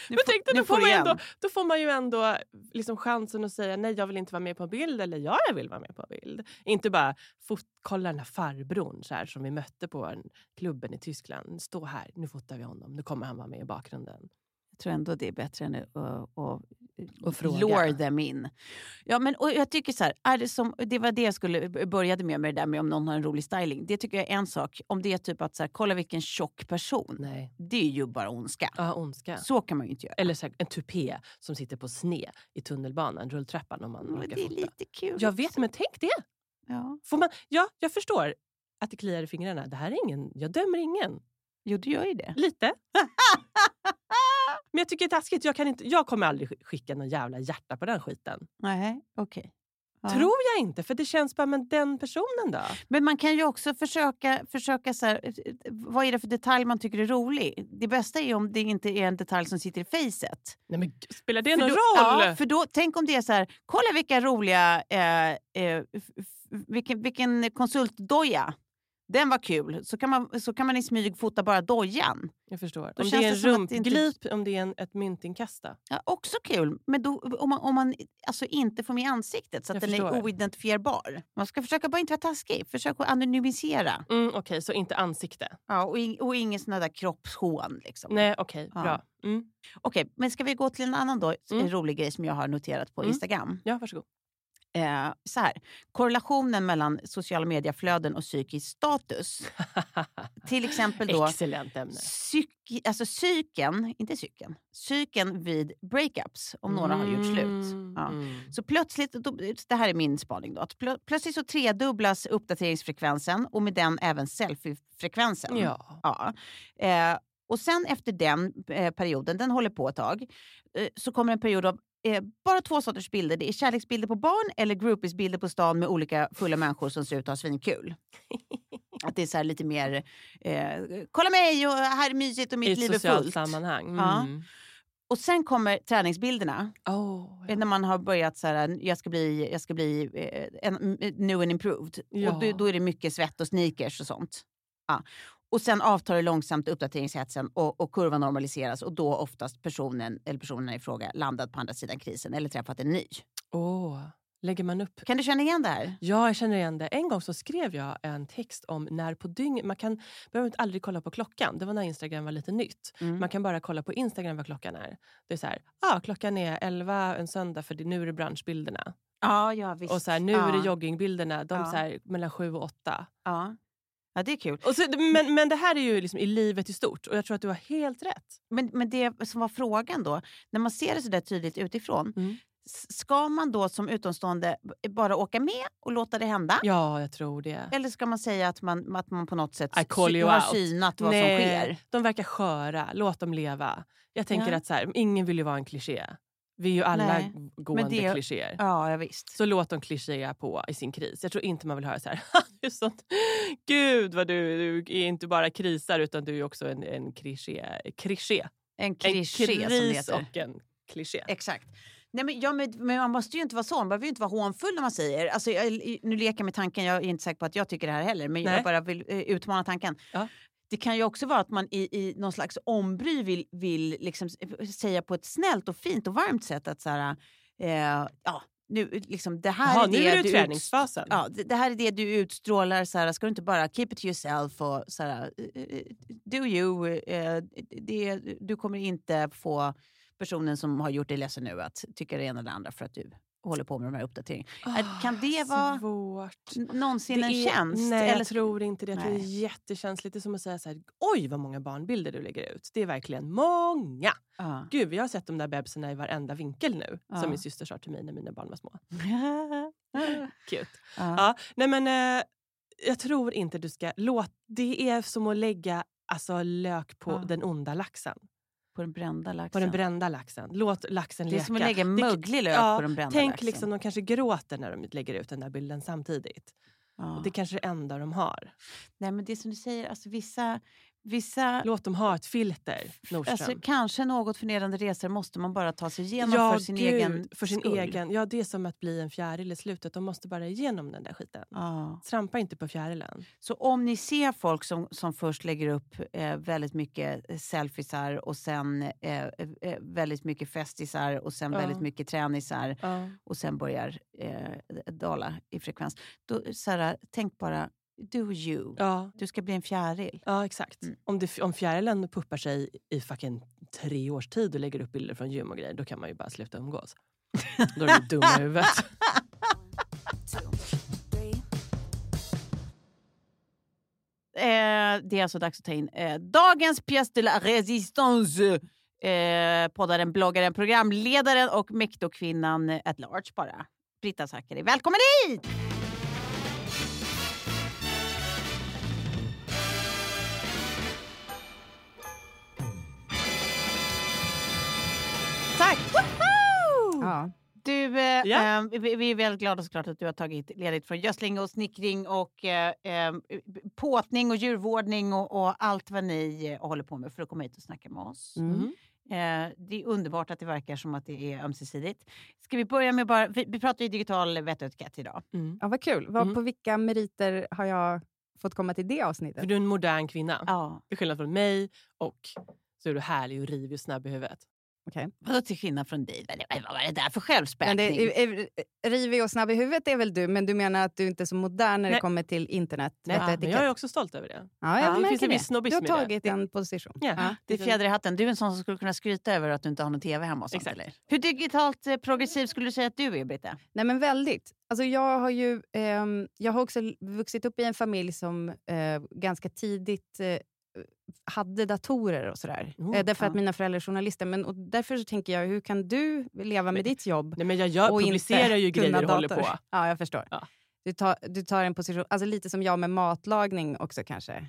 [SPEAKER 1] nu
[SPEAKER 2] Men tänk dig,
[SPEAKER 1] nu
[SPEAKER 2] då, får man ju
[SPEAKER 1] igen.
[SPEAKER 2] ändå, då får man ju ändå liksom chansen att säga nej, jag vill inte vara med på bild eller ja, jag vill vara med på bild. Inte bara fot, kolla den här farbrorn så här, som vi mötte på en, klubben i Tyskland. Stå här, nu fotar vi honom, nu kommer han vara med i bakgrunden.
[SPEAKER 1] Jag tror ändå det är bättre än att eh, att- att-
[SPEAKER 2] Och fråga.
[SPEAKER 1] lure them in. Ja, men, och jag tycker så här, är det, som, det var det jag skulle eh, började med, med det där med om någon har en rolig styling. Det tycker jag är en sak. Om det är typ att så här, kolla vilken tjock person.
[SPEAKER 2] Nej.
[SPEAKER 1] Det är ju bara ondska.
[SPEAKER 2] Ja, ondska.
[SPEAKER 1] Så kan man ju inte göra.
[SPEAKER 2] Eller så här, en tupé som sitter på sne i tunnelbanan, rulltrappan om man
[SPEAKER 1] Men
[SPEAKER 2] råkar
[SPEAKER 1] det är
[SPEAKER 2] fota.
[SPEAKER 1] lite kul.
[SPEAKER 2] Jag vet, men tänk det.
[SPEAKER 1] Ja.
[SPEAKER 2] Får man, ja, jag förstår att det kliar i fingrarna. Det här är ingen, jag dömer ingen.
[SPEAKER 1] Jo, du gör ju det.
[SPEAKER 2] Lite. Men jag tycker det är taskigt. Jag, kan inte, jag kommer aldrig sk- skicka någon jävla hjärta på den skiten.
[SPEAKER 1] Nej, okej. Ja.
[SPEAKER 2] Tror jag inte, för det känns bara, men den personen då?
[SPEAKER 1] Men man kan ju också försöka, försöka så här, vad är det för detalj man tycker är rolig? Det bästa är ju om det inte är en detalj som sitter i facet.
[SPEAKER 2] Nej, men gud, spelar det
[SPEAKER 1] För
[SPEAKER 2] någon
[SPEAKER 1] då,
[SPEAKER 2] roll?
[SPEAKER 1] Ja, för då, tänk om det är så här, kolla vilka roliga, eh, eh, f- f- vilken, vilken konsultdoja Den var kul. Så kan man, så kan man i smyg fota bara dojan.
[SPEAKER 2] Jag förstår.
[SPEAKER 1] Då
[SPEAKER 2] om det
[SPEAKER 1] känns
[SPEAKER 2] är en
[SPEAKER 1] det som att det inte-
[SPEAKER 2] rumpglip, om det är en, ett myntinkasta.
[SPEAKER 1] Ja, också kul, men då, om man, om man alltså inte får med ansiktet så att
[SPEAKER 2] Jag
[SPEAKER 1] den är
[SPEAKER 2] förstår.
[SPEAKER 1] oidentifierbar. Man ska försöka bara inte vara taskig. Försök att anonymisera.
[SPEAKER 2] Mm, Okej, så inte ansikte.
[SPEAKER 1] Ja, och, in, och ingen sån där kroppshån. Liksom.
[SPEAKER 2] Nej, okej.
[SPEAKER 1] Ja.
[SPEAKER 2] Bra. Mm.
[SPEAKER 1] Okej, men ska vi gå till en annan då,
[SPEAKER 2] Mm.
[SPEAKER 1] en rolig grej som jag har noterat på
[SPEAKER 2] Mm.
[SPEAKER 1] Instagram?
[SPEAKER 2] Ja, varsågod. [LAUGHS]
[SPEAKER 1] Eh, så här, korrelationen mellan sociala medieflöden och psykisk status. Till exempel då
[SPEAKER 2] Excellent ämne.
[SPEAKER 1] psyk, alltså psyken, inte psyken, psyken vid breakups om några har gjort slut.
[SPEAKER 2] Mm,
[SPEAKER 1] Ja.
[SPEAKER 2] mm.
[SPEAKER 1] Så plötsligt, då, det här är min spaning då, att plö, plötsligt så tredubblas uppdateringsfrekvensen och med den även selfiefrekvensen.
[SPEAKER 2] Ja.
[SPEAKER 1] Ja. Eh, och sen efter den eh, perioden, den håller på ett tag, eh, så kommer en period av eh, bara två sorters bilder. Det är kärleksbilder på barn eller groupiesbilder på stan med olika fulla människor som ser ut att ha svinkul. Att det är så här lite mer, eh, kolla mig och här är mysigt och
[SPEAKER 2] I
[SPEAKER 1] mitt
[SPEAKER 2] ett
[SPEAKER 1] liv är
[SPEAKER 2] socialt
[SPEAKER 1] fullt.
[SPEAKER 2] sammanhang.
[SPEAKER 1] Ja.
[SPEAKER 2] Mm.
[SPEAKER 1] Och sen kommer träningsbilderna.
[SPEAKER 2] Åh,
[SPEAKER 1] Eh, När man har börjat så här, jag ska bli, jag ska bli eh, en, m- new and improved.
[SPEAKER 2] Ja.
[SPEAKER 1] Och då, då är det mycket svett och sneakers och sånt. Ja. Och sen avtar det långsamt uppdateringshetsen och, och kurvan normaliseras och då oftast personen eller personerna i fråga landat på andra sidan krisen eller träffat en ny.
[SPEAKER 2] Åh, lägger man upp
[SPEAKER 1] Kan du känna igen det här?
[SPEAKER 2] Ja, jag känner igen det. En gång så skrev jag en text om när på dygnet... Man kan, behöver inte aldrig kolla på klockan. Det var när Instagram var lite nytt.
[SPEAKER 1] Mm.
[SPEAKER 2] Man kan bara kolla på Instagram vad klockan är. Det är så här, ah, klockan är 11 en söndag för det, nu är det branschbilderna.
[SPEAKER 1] Ja, ja visst.
[SPEAKER 2] Och så här, nu är det joggingbilderna, de
[SPEAKER 1] Ja.
[SPEAKER 2] så här, mellan 7 och 8.
[SPEAKER 1] Ja. ja, det är kul.
[SPEAKER 2] Och så, men, men det här är ju liksom i livet i stort och jag tror att du har helt rätt.
[SPEAKER 1] Men, men det som var frågan då, när man ser det så där tydligt utifrån,
[SPEAKER 2] Mm.
[SPEAKER 1] s- ska man då som utomstående b- bara åka med och låta det hända?
[SPEAKER 2] Ja, jag tror det.
[SPEAKER 1] Eller ska man säga att man, att man på något sätt
[SPEAKER 2] I call
[SPEAKER 1] sy-
[SPEAKER 2] you
[SPEAKER 1] har
[SPEAKER 2] out.
[SPEAKER 1] synat vad som sker?
[SPEAKER 2] de verkar sköra. Låt dem leva. Jag tänker
[SPEAKER 1] Ja.
[SPEAKER 2] att så här, ingen vill ju vara en kliché. Vi är ju alla
[SPEAKER 1] Nej,
[SPEAKER 2] gående
[SPEAKER 1] det-
[SPEAKER 2] klichéer.
[SPEAKER 1] Ja, ja visst.
[SPEAKER 2] Så låt dem klichéa på i sin kris. Jag tror inte man vill höra så här. [LAUGHS] du är sånt. Gud vad du, du är inte bara krisar utan du är också en, en kliché. kliché.
[SPEAKER 1] En
[SPEAKER 2] En
[SPEAKER 1] kliché som det
[SPEAKER 2] kris
[SPEAKER 1] heter.
[SPEAKER 2] och en kliché.
[SPEAKER 1] Exakt. Nej, men, ja, men, men man måste ju inte vara så, man behöver ju inte vara hånfull när man säger. Alltså, jag, nu leker jag med tanken, jag är inte säker på att jag tycker det här heller, men
[SPEAKER 2] Nej.
[SPEAKER 1] jag bara vill eh, utmana tanken.
[SPEAKER 2] Ja.
[SPEAKER 1] Det kan ju också vara att man i, i någon slags ombry vill, vill liksom s- säga på ett snällt och fint och varmt sätt att så här, eh, ja, nu, liksom, det här
[SPEAKER 2] Jaha,
[SPEAKER 1] är det
[SPEAKER 2] nu är du i
[SPEAKER 1] ut-
[SPEAKER 2] träningsfasen.
[SPEAKER 1] Ja, det, det här är det du utstrålar. Så här, ska du inte bara keep it to yourself och så här, eh, eh, do you. eh, Det, du kommer inte få personen som har gjort dig ledsen nu att tycka det ena eller det andra för att du håller på med de här uppdateringarna.
[SPEAKER 2] Ah,
[SPEAKER 1] kan det vara-
[SPEAKER 2] Svårt.
[SPEAKER 1] N- Någonsin en
[SPEAKER 2] är-
[SPEAKER 1] tjänst?
[SPEAKER 2] Nej,
[SPEAKER 1] eller,
[SPEAKER 2] jag tror inte det. Jag tror det är
[SPEAKER 1] Nej.
[SPEAKER 2] jättekänsligt. Det är som att säga så här, oj vad många barnbilder du lägger ut. Det är verkligen många.
[SPEAKER 1] Ja.
[SPEAKER 2] Gud, jag har sett de där bebisarna i varenda vinkel nu.
[SPEAKER 1] Ja.
[SPEAKER 2] Som min syster sa till mig när mina barn var små. [LAUGHS] Cute.
[SPEAKER 1] ja.
[SPEAKER 2] Ja, nej men eh, jag tror inte du ska låta... Det är som att lägga alltså, lök på
[SPEAKER 1] Ja.
[SPEAKER 2] den onda laxen.
[SPEAKER 1] På den brända laxen.
[SPEAKER 2] På den brända laxen. Låt laxen
[SPEAKER 1] det är
[SPEAKER 2] leka.
[SPEAKER 1] som att lägga möglig lök
[SPEAKER 2] ja,
[SPEAKER 1] på den brända
[SPEAKER 2] Tänk
[SPEAKER 1] laxen.
[SPEAKER 2] liksom, de kanske gråter när de lägger ut den där bilden samtidigt.
[SPEAKER 1] ja.
[SPEAKER 2] Och det kanske är det enda de har.
[SPEAKER 1] Nej, men det är som du säger, alltså, vissa... vissa
[SPEAKER 2] Låt dem ha ett filter, Nordström.
[SPEAKER 1] Alltså, kanske något förnedrande resor måste man bara ta sig igenom för sin
[SPEAKER 2] gud,
[SPEAKER 1] egen
[SPEAKER 2] för sin
[SPEAKER 1] skull.
[SPEAKER 2] egen Ja, det är som att bli en fjäril i slutet. De måste bara igenom den där skiten.
[SPEAKER 1] Ja.
[SPEAKER 2] Trampa inte på fjärilen.
[SPEAKER 1] Så om ni ser folk som, som först lägger upp eh, väldigt mycket eh, selfiesar och sen eh, eh, eh, väldigt mycket festisar och sen
[SPEAKER 2] Ja.
[SPEAKER 1] väldigt mycket tränisar
[SPEAKER 2] Ja.
[SPEAKER 1] och sen börjar eh, dala i frekvens. Då, Sara, tänk bara, do you.
[SPEAKER 2] Ja,
[SPEAKER 1] Du ska bli en fjäril.
[SPEAKER 2] Ja, exakt.
[SPEAKER 1] Mm.
[SPEAKER 2] Om, det, om fjärilen puppar sig i fucking tre års tid och lägger upp bilder från gym och grejer, då kan man ju bara sluta
[SPEAKER 3] [LAUGHS]
[SPEAKER 2] umgås. Då är du dum i huvudet.
[SPEAKER 1] Eh, det är alltså dags att ta in eh, dagens pièce de la résistance. Eh, poddaren, bloggaren, programledaren och mäktokvinnan eh, at large bara. Britta Zackari, välkommen hit! Tack! Ja. Du, eh,
[SPEAKER 2] Ja.
[SPEAKER 1] eh, vi, vi är väldigt glada såklart att du har tagit ledigt från gödsling och snickring och eh, eh, påtning och djurvårdning och, och allt vad ni eh, håller på med för att komma hit och snacka med oss.
[SPEAKER 2] Mm.
[SPEAKER 1] Eh, det är underbart att det verkar som att det är ömsesidigt. Ska vi börja med bara, vi, vi pratar ju digital vett och etikett idag.
[SPEAKER 2] Mm.
[SPEAKER 3] Ja, vad kul. Vad,
[SPEAKER 2] Mm.
[SPEAKER 3] På vilka meriter har jag fått komma till det avsnittet.
[SPEAKER 2] För du är en modern kvinna.
[SPEAKER 1] Ja.
[SPEAKER 2] Till skillnad från mig och så är du härlig och rivig och snabb i huvudet.
[SPEAKER 3] Okej.
[SPEAKER 1] Vadå till skillnad från dig? Vad vad var det där för
[SPEAKER 3] Men
[SPEAKER 1] självspäkning?
[SPEAKER 3] det, är- är- rivig och snabb i huvudet är väl du, men du menar att du inte är så modern när det
[SPEAKER 2] Nej.
[SPEAKER 3] kommer till internet?
[SPEAKER 2] Nej,
[SPEAKER 3] vett och
[SPEAKER 2] Ah, men
[SPEAKER 3] etikett.
[SPEAKER 2] jag är också stolt över det.
[SPEAKER 3] ja,
[SPEAKER 1] Ja,
[SPEAKER 3] jag
[SPEAKER 1] det
[SPEAKER 2] det
[SPEAKER 3] märker
[SPEAKER 2] finns en
[SPEAKER 3] det.
[SPEAKER 2] viss
[SPEAKER 3] Du
[SPEAKER 2] snobbism
[SPEAKER 3] har
[SPEAKER 2] i
[SPEAKER 3] tagit en position.
[SPEAKER 2] det. Ja.
[SPEAKER 3] Ja.
[SPEAKER 1] det är fjäder i hatten. Du är en sån som skulle kunna skryta över att du inte har någon tv hemma. Och sånt,
[SPEAKER 2] Exakt.
[SPEAKER 1] eller? Hur digitalt eh, progressiv skulle du säga att du är, Britta?
[SPEAKER 3] Nej, men väldigt. Alltså, jag, har ju, ehm, jag har också vuxit upp i en familj som eh, ganska tidigt eh, hade datorer och sådär.
[SPEAKER 2] Oh,
[SPEAKER 3] eh, därför
[SPEAKER 1] ja.
[SPEAKER 3] att mina föräldrar är journalister. Men, och därför så tänker jag, hur kan du leva med
[SPEAKER 2] Men-
[SPEAKER 3] ditt jobb
[SPEAKER 2] Nej, men jag gör,
[SPEAKER 3] och
[SPEAKER 2] publicerar
[SPEAKER 3] inte
[SPEAKER 2] ju grejer och
[SPEAKER 3] kunna
[SPEAKER 2] håller
[SPEAKER 3] dator.
[SPEAKER 2] på.
[SPEAKER 3] Ja, jag förstår.
[SPEAKER 2] Ja.
[SPEAKER 3] Du, tar, du tar en position, alltså lite som jag med matlagning också kanske.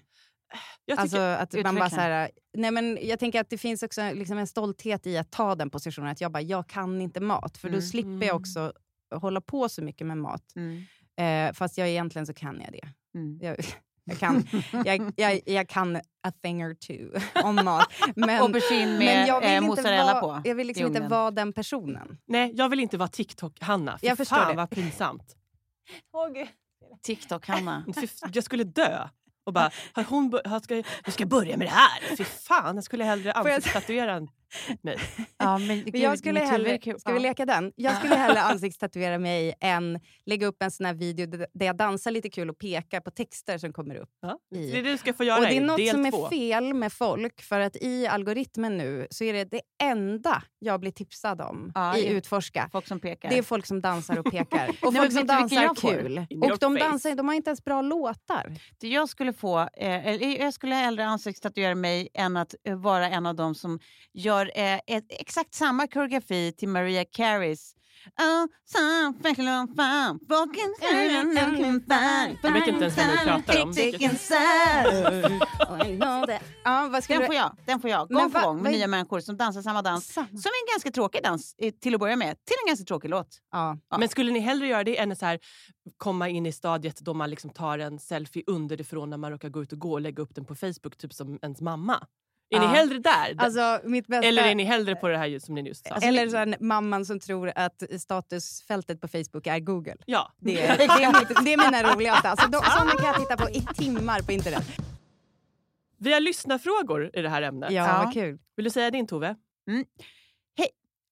[SPEAKER 2] Jag
[SPEAKER 3] Alltså
[SPEAKER 2] tycker,
[SPEAKER 3] att man
[SPEAKER 1] Utveckla.
[SPEAKER 3] bara så här, nej men jag tänker att det finns också liksom en stolthet i att ta den positionen. Att jag bara, jag kan inte mat. För då
[SPEAKER 1] Mm.
[SPEAKER 3] slipper jag också hålla på så mycket med mat.
[SPEAKER 1] Mm.
[SPEAKER 3] Eh, fast jag egentligen så kan jag det.
[SPEAKER 1] Mm.
[SPEAKER 3] Jag, jag, kan, jag, jag, jag kan a thing or two [LAUGHS] om mat. Men,
[SPEAKER 1] Aubergine
[SPEAKER 3] men
[SPEAKER 1] med
[SPEAKER 3] jag vill,
[SPEAKER 1] eh,
[SPEAKER 3] inte
[SPEAKER 1] mozzarella
[SPEAKER 3] vara,
[SPEAKER 1] på.
[SPEAKER 3] jag vill liksom
[SPEAKER 1] i
[SPEAKER 3] inte
[SPEAKER 1] ugnen.
[SPEAKER 3] vara den personen.
[SPEAKER 2] nej, jag vill inte vara TikTok-Hanna. Fy
[SPEAKER 3] Jag förstår
[SPEAKER 2] fan
[SPEAKER 3] det.
[SPEAKER 2] vad
[SPEAKER 3] [LAUGHS]
[SPEAKER 2] pinsamt.
[SPEAKER 1] TikTok-Hanna.
[SPEAKER 2] Fy f- Jag skulle dö. Och bara, har hon bör- har- ska, jag- jag ska börja med det här. Fy fan, jag skulle hellre
[SPEAKER 3] jag-
[SPEAKER 2] ansiktstatuera än mig.
[SPEAKER 1] ja, [LAUGHS] men,
[SPEAKER 3] Men jag
[SPEAKER 1] gud,
[SPEAKER 3] skulle
[SPEAKER 1] mitt huvud är
[SPEAKER 3] hellre,
[SPEAKER 1] kul.
[SPEAKER 3] ska vi
[SPEAKER 1] Ja.
[SPEAKER 3] leka den? Jag skulle hellre ansiktstatuera mig än lägga upp en sån här video d- där jag dansar lite kul och pekar på texter som kommer upp.
[SPEAKER 2] Ja.
[SPEAKER 3] I.
[SPEAKER 2] Det är det du ska få göra
[SPEAKER 3] och det är
[SPEAKER 2] i
[SPEAKER 3] något
[SPEAKER 2] del
[SPEAKER 3] som
[SPEAKER 2] två.
[SPEAKER 3] är fel med folk för att i algoritmen nu så är det det enda jag blir tipsad om
[SPEAKER 1] Ja,
[SPEAKER 3] i
[SPEAKER 1] ja.
[SPEAKER 3] Utforska.
[SPEAKER 1] Folk som pekar.
[SPEAKER 3] Det är folk som dansar och pekar.
[SPEAKER 1] men
[SPEAKER 3] Och
[SPEAKER 1] vet
[SPEAKER 3] folk som
[SPEAKER 1] du vilken
[SPEAKER 3] dansar
[SPEAKER 1] jag får?
[SPEAKER 3] kul.
[SPEAKER 2] In your
[SPEAKER 3] Och de,
[SPEAKER 2] face.
[SPEAKER 3] dansar, de har inte ens bra låtar.
[SPEAKER 1] Det Jag skulle, få, eh, eller jag skulle hellre ansiktstatuera mig än att eh, vara en av dem som gör eh, ett, exakt samma koreografi till Maria Careys Oh, some fucking on fun, fucking fucking fucking fun,
[SPEAKER 2] Jag vet inte ens vad ni pratar om.
[SPEAKER 1] fucking chicken sun.
[SPEAKER 3] [LAUGHS] Ja, vad skulle
[SPEAKER 1] Den
[SPEAKER 3] du-
[SPEAKER 1] får jag, den får jag.
[SPEAKER 3] Men
[SPEAKER 1] Gång på
[SPEAKER 3] va-
[SPEAKER 1] gång med
[SPEAKER 3] vad-
[SPEAKER 1] nya människor som dansar samma dans.
[SPEAKER 3] Samma.
[SPEAKER 1] Som är en ganska tråkig dans eh, till att börja med, till en ganska tråkig låt.
[SPEAKER 3] Ja.
[SPEAKER 2] Men skulle ni hellre göra det än att så här, komma in i stadiet då man liksom tar en selfie underifrån när man råkar gå ut och gå och lägga upp den på Facebook, typ som ens mamma? Är
[SPEAKER 3] Ja.
[SPEAKER 2] ni hellre där?
[SPEAKER 3] Alltså, mitt bästa...
[SPEAKER 2] Eller är ni hellre på det här ju- som ni just sa?
[SPEAKER 3] Eller så här, mamman som tror att statusfältet på Facebook är Google.
[SPEAKER 2] ja.
[SPEAKER 3] Det [LAUGHS] är, det är, mitt, det är mina roligaste. Alltså, de, såna kan jag titta på i timmar på internet.
[SPEAKER 2] Vi har lyssnarfrågor i det här ämnet.
[SPEAKER 3] Ja, vad kul.
[SPEAKER 2] Vill du säga din Tove?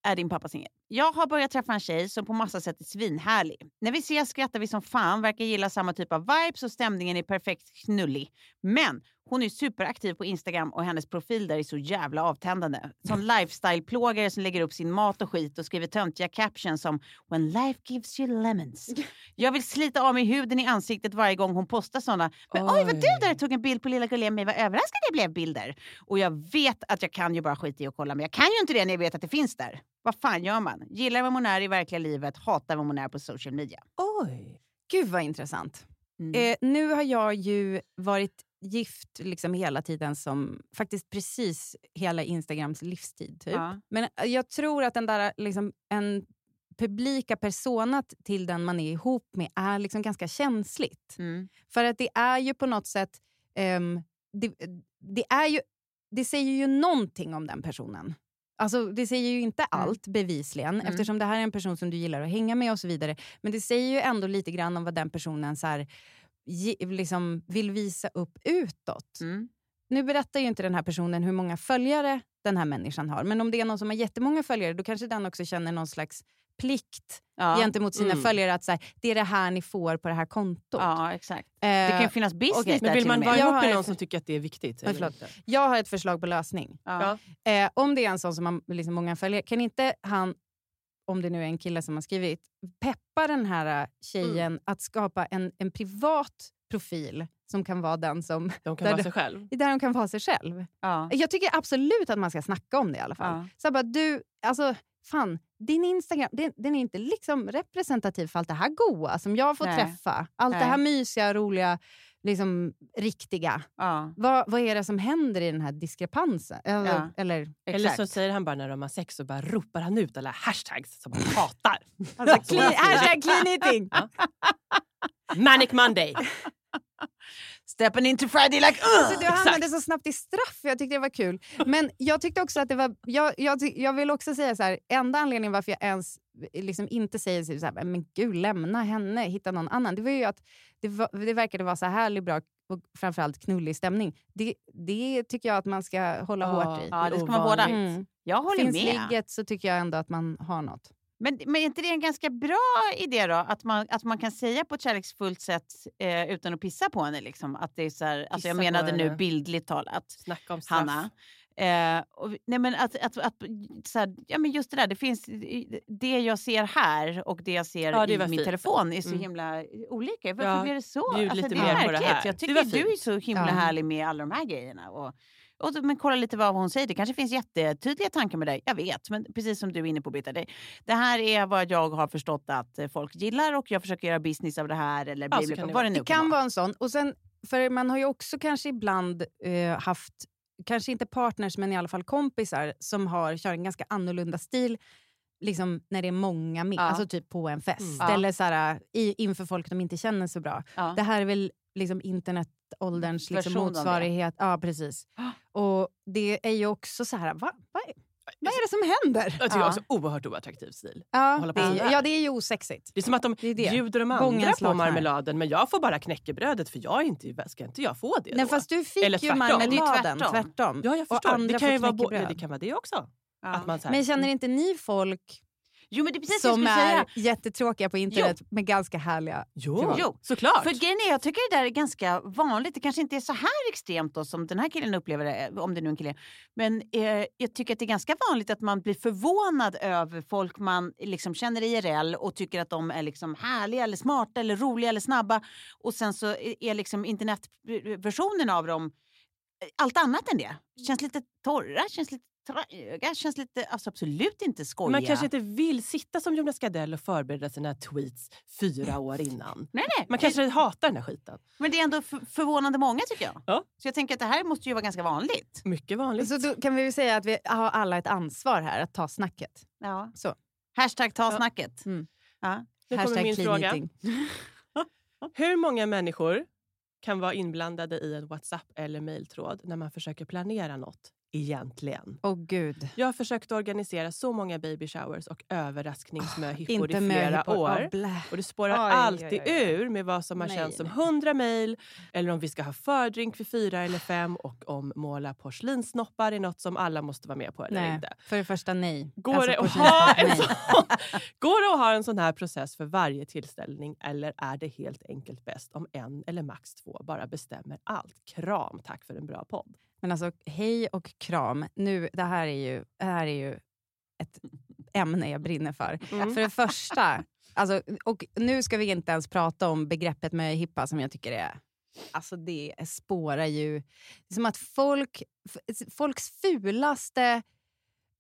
[SPEAKER 1] är din pappa singel. Jag har börjat träffa en tjej som på massa sätt är svinhärlig. När vi ses skrattar vi som fan, verkar gilla samma typ av vibes och stämningen är perfekt knullig. Men hon är superaktiv på Instagram och hennes profil där är så jävla avtändande. Som lifestyle-plågare som lägger upp sin mat och skit och skriver töntiga captions som “When life gives you lemons”. Jag vill slita av mig huden i ansiktet varje gång hon postar såna. Men oj, vad du där tog en bild på lilla gulliga mig, vad överraskad jag blev bilder. Och jag vet att jag kan ju bara skita i och kolla, men jag kan ju inte det när jag vet att det finns där. Vad fan gör man? Gillar vem hon är i verkliga livet, hatar vem hon är på social media.
[SPEAKER 2] Oj!
[SPEAKER 3] Gud vad intressant.
[SPEAKER 1] Eh,
[SPEAKER 3] Eh, nu har jag ju varit gift liksom hela tiden, som faktiskt precis hela Instagrams livstid. Typ.
[SPEAKER 1] ja.
[SPEAKER 3] Men eh, jag tror att den där liksom, en publika personat till den man är ihop med är liksom ganska känsligt.
[SPEAKER 1] mm.
[SPEAKER 3] För att det är ju på något sätt... ehm, det, det, är ju, det säger ju någonting om den personen. Alltså, det säger ju inte allt, bevisligen,
[SPEAKER 1] Mm.
[SPEAKER 3] eftersom det här är en person som du gillar att hänga med. och så vidare. Men det säger ju ändå lite grann om vad den personen så här, ge, liksom vill visa upp utåt.
[SPEAKER 1] Mm.
[SPEAKER 3] Nu berättar ju inte den här personen hur många följare den här människan har. Men om det är någon som har jättemånga följare, då kanske den också känner någon slags plikt
[SPEAKER 1] Ja.
[SPEAKER 3] gentemot sina
[SPEAKER 2] Mm.
[SPEAKER 3] följare. att så här, Det är det här ni får på det här kontot.
[SPEAKER 1] ja, exakt. Det
[SPEAKER 3] Eh,
[SPEAKER 1] kan ju finnas business
[SPEAKER 3] okej.
[SPEAKER 1] där
[SPEAKER 2] Men vill
[SPEAKER 1] till och
[SPEAKER 2] man
[SPEAKER 1] med.
[SPEAKER 2] vara
[SPEAKER 3] Jag
[SPEAKER 2] ihop
[SPEAKER 3] har
[SPEAKER 2] med någon
[SPEAKER 3] ett-
[SPEAKER 2] som tycker att det är viktigt?
[SPEAKER 3] Oj,
[SPEAKER 2] eller
[SPEAKER 3] förlåt.
[SPEAKER 2] inte?
[SPEAKER 3] Jag har ett förslag på lösning.
[SPEAKER 1] Ja.
[SPEAKER 3] Eh, om det är en sån som har liksom många följare, kan inte han, om det nu är en kille som har skrivit, peppa den här eh, tjejen
[SPEAKER 1] Mm.
[SPEAKER 3] att skapa en, en privat profil som kan vara den som, [LAUGHS]
[SPEAKER 2] De kan
[SPEAKER 3] Där
[SPEAKER 2] vara
[SPEAKER 3] du-
[SPEAKER 2] sig själv.
[SPEAKER 3] där hon kan vara sig själv?
[SPEAKER 1] Ja.
[SPEAKER 3] Jag tycker absolut att man ska snacka om det i alla fall.
[SPEAKER 1] Ja.
[SPEAKER 3] Så jag bara, du, alltså fan, din Instagram, den, den är inte liksom representativ för allt det här goa som jag får
[SPEAKER 1] Nej.
[SPEAKER 3] träffa. Allt det
[SPEAKER 1] Nej.
[SPEAKER 3] här mysiga, roliga, liksom riktiga.
[SPEAKER 1] Ja.
[SPEAKER 3] Vad, vad är det som händer i den här diskrepansen? Eller,
[SPEAKER 1] Ja.
[SPEAKER 3] eller,
[SPEAKER 2] Eller
[SPEAKER 1] Exakt.
[SPEAKER 2] så säger han bara när de har sex och bara ropar han ut alla hashtags som han hatar. [LAUGHS]
[SPEAKER 3] alltså,
[SPEAKER 2] clean-
[SPEAKER 3] [LAUGHS]
[SPEAKER 2] hashtag
[SPEAKER 3] clean eating!
[SPEAKER 2] Manic Monday!
[SPEAKER 1] Stepping into Friday like...
[SPEAKER 3] Alltså,
[SPEAKER 1] Uh!
[SPEAKER 3] du hamnade så snabbt i straff, jag tyckte det var kul. Men jag tyckte också att det var... Jag, jag, ty- jag vill också säga så här, enda anledningen varför jag ens liksom inte säger så här, men gud, lämna henne, hitta någon annan. Det var ju att det, var, det verkade vara så härlig, bra och framförallt knullig stämning. Det, det tycker jag att man ska hålla
[SPEAKER 2] Ja,
[SPEAKER 3] hårt i.
[SPEAKER 2] jag
[SPEAKER 1] Ja, det ska man vårda.
[SPEAKER 2] ovanligt.
[SPEAKER 3] Mm.
[SPEAKER 1] Jag håller
[SPEAKER 3] Finns
[SPEAKER 1] med.
[SPEAKER 3] ligget så tycker jag ändå att man har något.
[SPEAKER 1] Men, men är inte det en ganska bra idé då? Att man, att man kan säga på ett kärleksfullt sätt eh, utan att pissa på henne. Liksom. Att det är så här, alltså jag
[SPEAKER 2] Pissa på
[SPEAKER 1] menade nu
[SPEAKER 2] henne.
[SPEAKER 1] bildligt talat,
[SPEAKER 2] Snacka om straff.
[SPEAKER 1] Hanna. Eh, och, nej men att, att, att, så här, ja men just det där, det finns det jag ser här och det jag ser
[SPEAKER 2] Ja, det
[SPEAKER 1] i
[SPEAKER 2] var
[SPEAKER 1] min
[SPEAKER 2] fint.
[SPEAKER 1] telefon är så
[SPEAKER 2] Mm.
[SPEAKER 1] himla eh, olika. Varför
[SPEAKER 2] Ja,
[SPEAKER 1] blir det så? Alltså,
[SPEAKER 2] bjud lite
[SPEAKER 1] det är
[SPEAKER 2] mer på det
[SPEAKER 1] märkligt.
[SPEAKER 2] här.
[SPEAKER 1] Jag
[SPEAKER 2] Det
[SPEAKER 1] tycker
[SPEAKER 2] var
[SPEAKER 1] du är
[SPEAKER 2] fint.
[SPEAKER 1] så himla
[SPEAKER 3] Ja.
[SPEAKER 1] härlig med alla de här grejerna. Och, och, då- men kolla lite vad hon säger. Det kanske finns jättetydliga tankar med dig. Jag vet, men precis som du är inne på Britta. Det, det här är vad jag har förstått att eh, folk gillar och jag försöker göra business av det här. Eller
[SPEAKER 2] Ja,
[SPEAKER 1] bli,
[SPEAKER 2] så
[SPEAKER 1] bli,
[SPEAKER 2] kan det
[SPEAKER 1] vad det nu
[SPEAKER 3] Det kan vara en sån. Och sen, för man har ju också kanske ibland eh, haft, kanske inte partners men i alla fall kompisar som har, kör en ganska annorlunda stil liksom när det är många med.
[SPEAKER 1] Ja.
[SPEAKER 3] Alltså typ på en fest
[SPEAKER 1] Mm.
[SPEAKER 3] eller så här, i, inför folk de inte känner så bra.
[SPEAKER 1] Ja.
[SPEAKER 3] Det här är väl liksom internetålderns liksom
[SPEAKER 1] Version av det.
[SPEAKER 3] motsvarighet. Ja,
[SPEAKER 1] [GASPS]
[SPEAKER 3] precis. Och det är ju också så här, va, va, vad är det som
[SPEAKER 1] [LAUGHS]
[SPEAKER 3] händer?
[SPEAKER 2] Jag tycker
[SPEAKER 1] Ja.
[SPEAKER 2] också oerhört oattraktiv stil.
[SPEAKER 3] Ja,
[SPEAKER 2] Hålla
[SPEAKER 3] det
[SPEAKER 2] på
[SPEAKER 3] är,
[SPEAKER 2] sådär.
[SPEAKER 3] ju- ja, det är ju osexigt.
[SPEAKER 2] Det är som att de
[SPEAKER 3] Det är det.
[SPEAKER 2] bjuder de
[SPEAKER 3] Bången
[SPEAKER 2] andra på
[SPEAKER 3] slaknar.
[SPEAKER 2] marmeladen men jag får bara knäckebrödet för jag är inte, ska inte jag få det
[SPEAKER 3] Nej,
[SPEAKER 2] då?
[SPEAKER 3] fast du fick
[SPEAKER 2] Eller
[SPEAKER 3] ju
[SPEAKER 2] tvärtom.
[SPEAKER 1] Det är
[SPEAKER 3] marmeladen.
[SPEAKER 1] ju tvärtom.
[SPEAKER 3] Tvärtom.
[SPEAKER 2] Ja, jag
[SPEAKER 3] Och
[SPEAKER 2] förstår.
[SPEAKER 3] andra
[SPEAKER 2] Det kan, ju
[SPEAKER 3] får
[SPEAKER 2] vara bo-
[SPEAKER 3] knäckebröd.
[SPEAKER 2] ja, det kan vara det också.
[SPEAKER 1] Ja.
[SPEAKER 2] Att man så här,
[SPEAKER 3] Men känner inte ni folk
[SPEAKER 1] Jo, men det är precis det jag
[SPEAKER 3] som
[SPEAKER 1] skulle säga.
[SPEAKER 3] är jättetråkiga på internet men ganska härliga?
[SPEAKER 2] jo,
[SPEAKER 1] Jo.
[SPEAKER 2] såklart.
[SPEAKER 1] För grejen är, jag tycker det där är ganska vanligt. Det kanske inte är så här extremt då, som den här killen upplever det, eh, om det nu är en kille. Men eh, jag tycker att det är ganska vanligt att man blir förvånad över folk man liksom känner IRL och tycker att de är liksom härliga eller smarta eller roliga eller snabba. Och sen så är är liksom internetversionen av dem eh, allt annat än det. Känns lite torra, känns lite tröga, känns lite alltså absolut inte skojiga.
[SPEAKER 3] Oh,
[SPEAKER 2] man kanske inte vill sitta som Jonas Gardell och förbereda sina tweets fyra år innan.
[SPEAKER 1] Nej, nej.
[SPEAKER 2] Man kanske hatar den här skiten.
[SPEAKER 1] Men det är ändå för- förvånande många tycker jag.
[SPEAKER 2] Ja.
[SPEAKER 1] Så jag tänker att det här måste ju vara ganska vanligt.
[SPEAKER 2] Mycket vanligt.
[SPEAKER 3] Så då kan vi väl säga att vi har alla ett ansvar här att ta snacket.
[SPEAKER 1] Ja.
[SPEAKER 3] Så.
[SPEAKER 1] Hashtag ta
[SPEAKER 2] Ja.
[SPEAKER 1] snacket.
[SPEAKER 3] Mm.
[SPEAKER 1] Ja.
[SPEAKER 2] nu kommer
[SPEAKER 3] Hashtag
[SPEAKER 2] min
[SPEAKER 3] clean
[SPEAKER 2] fråga.
[SPEAKER 3] eating.
[SPEAKER 2] Hur många människor kan vara inblandade i en WhatsApp eller mejltråd när man försöker planera något egentligen?
[SPEAKER 3] Åh gud.
[SPEAKER 2] Jag har försökt organisera så många baby showers och överraskningsmöhippor
[SPEAKER 3] Inte
[SPEAKER 2] i flera
[SPEAKER 3] möhippor.
[SPEAKER 2] år.
[SPEAKER 3] Åh, blä.
[SPEAKER 2] Och det spårar
[SPEAKER 3] Oj,
[SPEAKER 2] alltid
[SPEAKER 3] oj, oj, oj.
[SPEAKER 2] ur med vad som har
[SPEAKER 3] Nej,
[SPEAKER 2] känts som
[SPEAKER 3] nej.
[SPEAKER 2] 100 mejl eller om vi ska ha fördrink vid fyra eller fem och om måla porslinsnoppar är något som alla måste vara med på eller
[SPEAKER 3] Nej,
[SPEAKER 2] inte.
[SPEAKER 3] för det första nej.
[SPEAKER 2] Går,
[SPEAKER 3] Alltså,
[SPEAKER 2] det att
[SPEAKER 3] porslin-
[SPEAKER 2] ha en
[SPEAKER 3] nej.
[SPEAKER 2] sån, [LAUGHS] går det att ha en sån här process för varje tillställning eller är det helt enkelt bäst om en eller max två bara bestämmer allt? Kram, tack för en bra podd.
[SPEAKER 3] Men alltså hej och kram. Nu, det här är ju, det här är ju ett ämne jag brinner för.
[SPEAKER 2] Mm.
[SPEAKER 3] För det första, alltså, och nu ska vi inte ens prata om begreppet med hippa som jag tycker är... Alltså det är- spårar ju... Det är som att folk, f- folks fulaste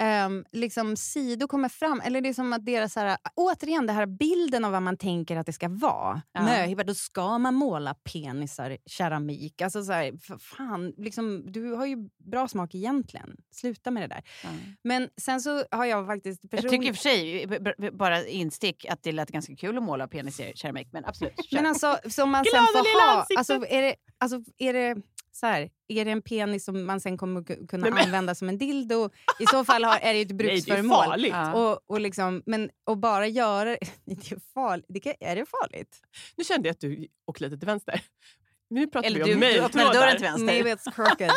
[SPEAKER 3] ehm, liksom sidor kommer fram. Eller det är som att deras... Så här, återigen, den här bilden av vad man tänker att det ska vara.
[SPEAKER 1] Ja.
[SPEAKER 3] Möhippa, då ska man måla penisar i keramik. Alltså så här, f- fan, liksom, du har ju bra smak egentligen. Sluta med det där. Men sen så har jag faktiskt...
[SPEAKER 1] Jag
[SPEAKER 3] personligen
[SPEAKER 1] tycker i och för sig, b- b- bara instick, att det lät ganska kul att måla penis i keramik. Men
[SPEAKER 3] [LAUGHS]
[SPEAKER 1] absolut.
[SPEAKER 3] Men
[SPEAKER 1] kör.
[SPEAKER 3] alltså, som man sen
[SPEAKER 2] Glada
[SPEAKER 3] får
[SPEAKER 2] lilla
[SPEAKER 3] ha...
[SPEAKER 2] ansiktet.
[SPEAKER 3] Alltså, är det, alltså, är det så här, är det en penis som man sen kommer ku- kunna
[SPEAKER 2] Nej, men-
[SPEAKER 3] använda som en dildo? I så fall har, är det ju ett
[SPEAKER 2] Nej, det är ju
[SPEAKER 3] bruksföremål.
[SPEAKER 2] farligt.
[SPEAKER 1] Ja.
[SPEAKER 3] och, och liksom, men att bara göra [LAUGHS] det... Är farligt. Det kan, är det farligt?
[SPEAKER 2] Nu kände jag att du åkte lite till vänster. Men Nu pratar
[SPEAKER 1] Eller
[SPEAKER 2] vi
[SPEAKER 1] du,
[SPEAKER 2] om
[SPEAKER 1] du öppnade dörren
[SPEAKER 2] mejltrådar.
[SPEAKER 1] till vänster.
[SPEAKER 3] Maybe it's crooked.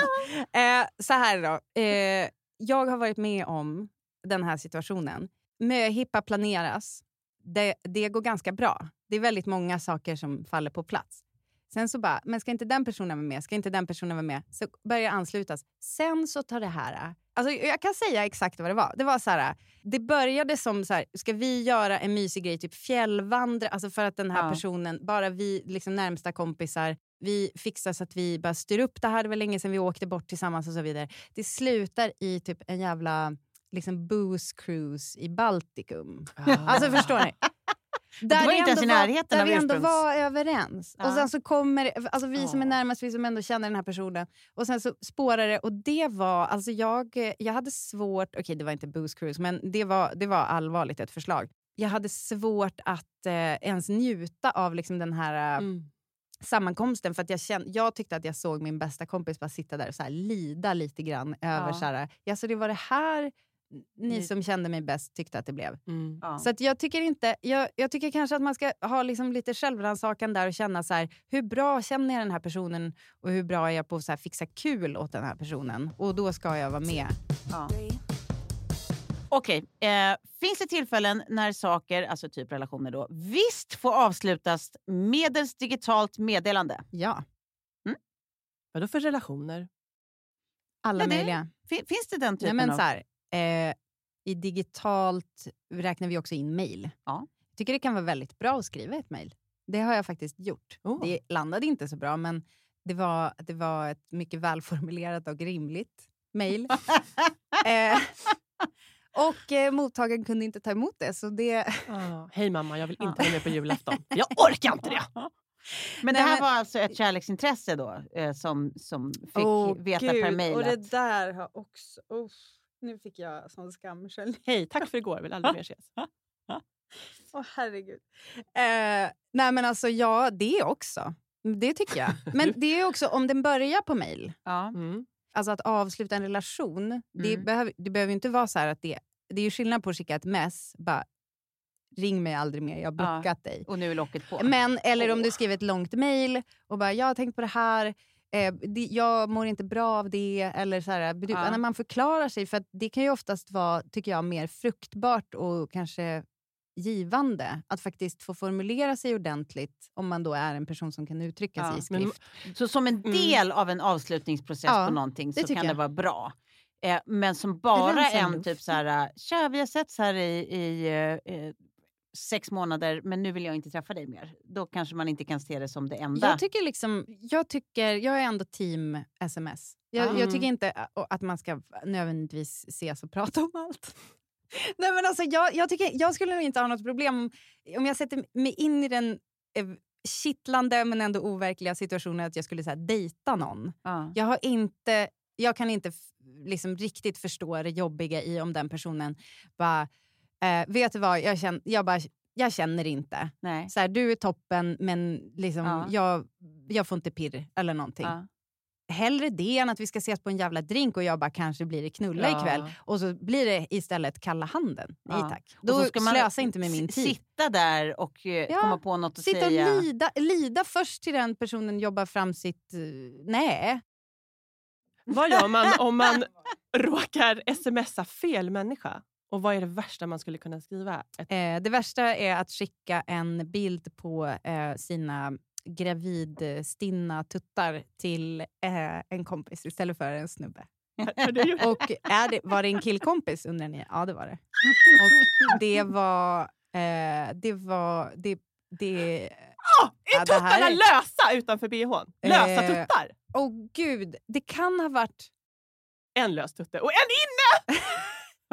[SPEAKER 3] eh, så här då. Eh, jag har varit med om den här situationen. Möhippa planeras. Det, det går ganska bra. Det är väldigt många saker som faller på plats. Sen så bara, men ska inte den personen vara med? Ska inte den personen vara med? Så börjar anslutas. Sen så tar det här... Alltså jag kan säga exakt vad det var. Det var så här, det började som så här, ska vi göra en mysig grej, typ fjällvandra, alltså för att den här
[SPEAKER 1] Ja.
[SPEAKER 3] personen, bara vi liksom närmsta kompisar, vi fixar så att vi bara styr upp det här, det var länge sedan vi åkte bort tillsammans och så vidare. Det slutar i typ en jävla liksom booze cruise i Baltikum.
[SPEAKER 2] Ah.
[SPEAKER 3] Alltså förstår
[SPEAKER 1] [LAUGHS]
[SPEAKER 3] ni? Där
[SPEAKER 1] var
[SPEAKER 3] vi
[SPEAKER 1] inte ens i
[SPEAKER 3] ändå var-
[SPEAKER 1] närheten
[SPEAKER 3] Där
[SPEAKER 1] av
[SPEAKER 3] vi ändå
[SPEAKER 1] ursprungs.
[SPEAKER 3] var överens.
[SPEAKER 1] Ja.
[SPEAKER 3] Och sen så kommer, alltså vi som är
[SPEAKER 1] Ja.
[SPEAKER 3] närmast, vi som ändå känner den här personen. Och sen så spårar det och det var, alltså jag, eh, jag hade svårt, okej det var inte Booze Cruise, men det var, det var allvarligt ett förslag. Jag hade svårt att eh, ens njuta av liksom den här eh,
[SPEAKER 2] Mm.
[SPEAKER 3] sammankomsten för att jag, kände, jag tyckte att jag såg min bästa kompis bara sitta där och så här lida lite grann över
[SPEAKER 1] Ja.
[SPEAKER 3] så här, ja, så det var det här ni som kände mig bäst tyckte att det blev.
[SPEAKER 2] Mm.
[SPEAKER 1] Ja.
[SPEAKER 3] Så att jag, tycker inte, jag, jag tycker kanske att man ska ha liksom lite självrannsakan där och känna så här, hur bra känner jag den här personen och hur bra är jag på att så här, fixa kul åt den här personen? Och då ska jag vara med.
[SPEAKER 1] Ja. Okej, eh, finns det tillfällen när saker, alltså typ relationer då, visst får avslutas medelst digitalt meddelande?
[SPEAKER 3] Ja,
[SPEAKER 2] Vadå för relationer?
[SPEAKER 3] alla
[SPEAKER 1] Ja, det-
[SPEAKER 3] möjliga.
[SPEAKER 1] Fin- finns det den
[SPEAKER 3] Nej,
[SPEAKER 1] typen
[SPEAKER 3] men
[SPEAKER 1] av...
[SPEAKER 3] så här, eh, I digitalt räknar vi också in mejl.
[SPEAKER 1] Ja.
[SPEAKER 3] Jag tycker det kan vara väldigt bra att skriva ett mejl. Det har jag faktiskt gjort.
[SPEAKER 2] Oh.
[SPEAKER 3] Det landade inte så bra, men det var, det var ett mycket välformulerat och rimligt
[SPEAKER 1] [LAUGHS]
[SPEAKER 3] mejl. eh, och eh, mottagaren kunde inte ta emot det, så det...
[SPEAKER 2] Ah, Hej mamma, jag vill inte vara med på julafton. Jag
[SPEAKER 1] orkar inte det! Men det
[SPEAKER 3] Nej,
[SPEAKER 1] här
[SPEAKER 3] men-
[SPEAKER 1] var alltså ett kärleksintresse då, eh, som, som fick veta per mejl att-
[SPEAKER 3] där har också... nu fick jag sån skamkänsla.
[SPEAKER 2] Hej, tack för igår. Vill aldrig mer ses.
[SPEAKER 3] Åh herregud. Eh, nej men alltså ja, det också. Mm, Det tycker jag.
[SPEAKER 1] [LAUGHS]
[SPEAKER 3] Men det är också om den börjar på mejl.
[SPEAKER 1] Ja.
[SPEAKER 2] Mm.
[SPEAKER 3] Alltså att avsluta en relation. Det,
[SPEAKER 1] Mm.
[SPEAKER 3] behöver, det behöver ju inte vara så här att det... Det är ju skillnad på att skicka ett mess. Bara, ring mig aldrig mer, jag har
[SPEAKER 1] Ja.
[SPEAKER 3] blockat dig.
[SPEAKER 1] Och nu är locket på.
[SPEAKER 3] Men, eller om du skriver ett långt mejl och bara “jag har tänkt på det här, eh, det, jag mår inte bra av det”. Eller så här, du,
[SPEAKER 1] Ja.
[SPEAKER 3] När man förklarar sig, för att det kan ju oftast vara, tycker jag, mer fruktbart och kanske givande att faktiskt få formulera sig ordentligt om man då är en person som kan uttrycka
[SPEAKER 1] Ja,
[SPEAKER 3] sig i
[SPEAKER 2] men-
[SPEAKER 3] skrift.
[SPEAKER 1] Så som en del av en avslutningsprocess
[SPEAKER 3] Mm. Ja,
[SPEAKER 1] på någonting
[SPEAKER 3] det
[SPEAKER 1] så
[SPEAKER 3] tycker
[SPEAKER 1] kan det
[SPEAKER 3] jag.
[SPEAKER 1] vara bra. Eh, men som bara
[SPEAKER 3] rensar
[SPEAKER 1] en
[SPEAKER 3] luften.
[SPEAKER 1] typ så här, tja vi har setts här i, i eh, eh, sex månader men nu vill jag inte träffa dig mer. Då kanske man inte kan se det som det enda.
[SPEAKER 3] Jag tycker liksom, jag, tycker, jag är ändå team sms. Jag, jag
[SPEAKER 2] Mm.
[SPEAKER 3] tycker inte a- och att man ska nödvändigtvis ses och [LAUGHS] prata om allt. Nej, men alltså, jag, jag, tycker, jag skulle nog inte ha något problem om, om jag sätter mig in i den eh, kittlande men ändå overkliga situationen att jag skulle så här, dejta någon.
[SPEAKER 1] ja.
[SPEAKER 3] Jag, har inte, jag kan inte f- liksom, riktigt förstå det jobbiga i om den personen bara, eh, vet du vad, jag känner, jag bara, jag känner inte
[SPEAKER 1] Nej.
[SPEAKER 3] så här, du är toppen men liksom,
[SPEAKER 1] Ja.
[SPEAKER 3] jag, jag får inte pirr eller någonting.
[SPEAKER 1] Ja.
[SPEAKER 3] Hellre det än att vi ska ses på en jävla drink och jag bara kanske blir det knulla
[SPEAKER 2] Ja.
[SPEAKER 3] ikväll och så blir det istället kalla handen. Nej
[SPEAKER 1] Ja.
[SPEAKER 3] tack.
[SPEAKER 1] Och
[SPEAKER 3] Då
[SPEAKER 1] så ska man
[SPEAKER 3] slösa inte med min
[SPEAKER 1] s-
[SPEAKER 3] tid.
[SPEAKER 1] Sitta där och eh,
[SPEAKER 3] Ja,
[SPEAKER 1] komma på något att
[SPEAKER 3] Sitta och
[SPEAKER 1] säga.
[SPEAKER 3] lida, lida först till den personen jobbar fram sitt... eh, nej.
[SPEAKER 2] Vad gör man om man råkar smsa fel människa? Och vad är det värsta man skulle kunna skriva? Ett,
[SPEAKER 3] Eh, det värsta är att skicka en bild på eh, sina gravidstinna tuttar till eh, en kompis istället för en snubbe.
[SPEAKER 2] har
[SPEAKER 3] [LAUGHS]
[SPEAKER 2] du gjort?
[SPEAKER 3] Och är det, var det en killkompis undrar ni? Ja, det var det. Och det var... Eh, det var... Det, det,
[SPEAKER 2] Ah,
[SPEAKER 3] Ja,
[SPEAKER 2] är
[SPEAKER 3] det här
[SPEAKER 2] tuttarna
[SPEAKER 3] är-
[SPEAKER 2] lösa utanför bhn? Lösa
[SPEAKER 3] Eh.
[SPEAKER 2] tuttar?
[SPEAKER 3] åh gud, det kan ha varit...
[SPEAKER 2] En lös tutte och en inne!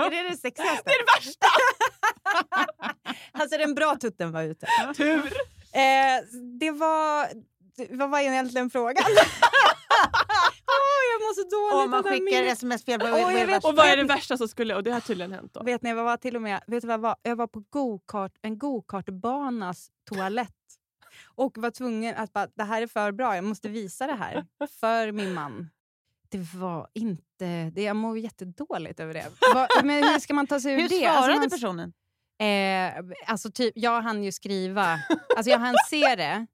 [SPEAKER 3] Är det det
[SPEAKER 2] Det
[SPEAKER 3] sexigaste?
[SPEAKER 2] är det värsta!
[SPEAKER 3] Alltså den bra tutten var ute.
[SPEAKER 2] Tur!
[SPEAKER 3] Eh, det var... det- Vad var egentligen frågan? [LAUGHS] Åh, jag mår så dåligt.
[SPEAKER 1] Om man
[SPEAKER 3] av det här
[SPEAKER 1] skickar
[SPEAKER 3] minnet.
[SPEAKER 1] sms fel.
[SPEAKER 3] Åh, jag vet.
[SPEAKER 2] Och vad är det värsta som skulle... Och det har tydligen hänt då.
[SPEAKER 3] Vet ni vad jag var till och med? Vet du vad jag var? Jag var på go-kart, en go-kartbanas toalett och var tvungen att bara, det här är för bra, jag måste visa det här för min man. Det var inte... Det, jag mår jättedåligt över det. Va, men hur ska man ta sig ur
[SPEAKER 1] Hur
[SPEAKER 3] det? alltså
[SPEAKER 1] svarade
[SPEAKER 3] man-
[SPEAKER 1] personen?
[SPEAKER 3] Eh, alltså typ, jag hann ju skriva, alltså jag hann se det.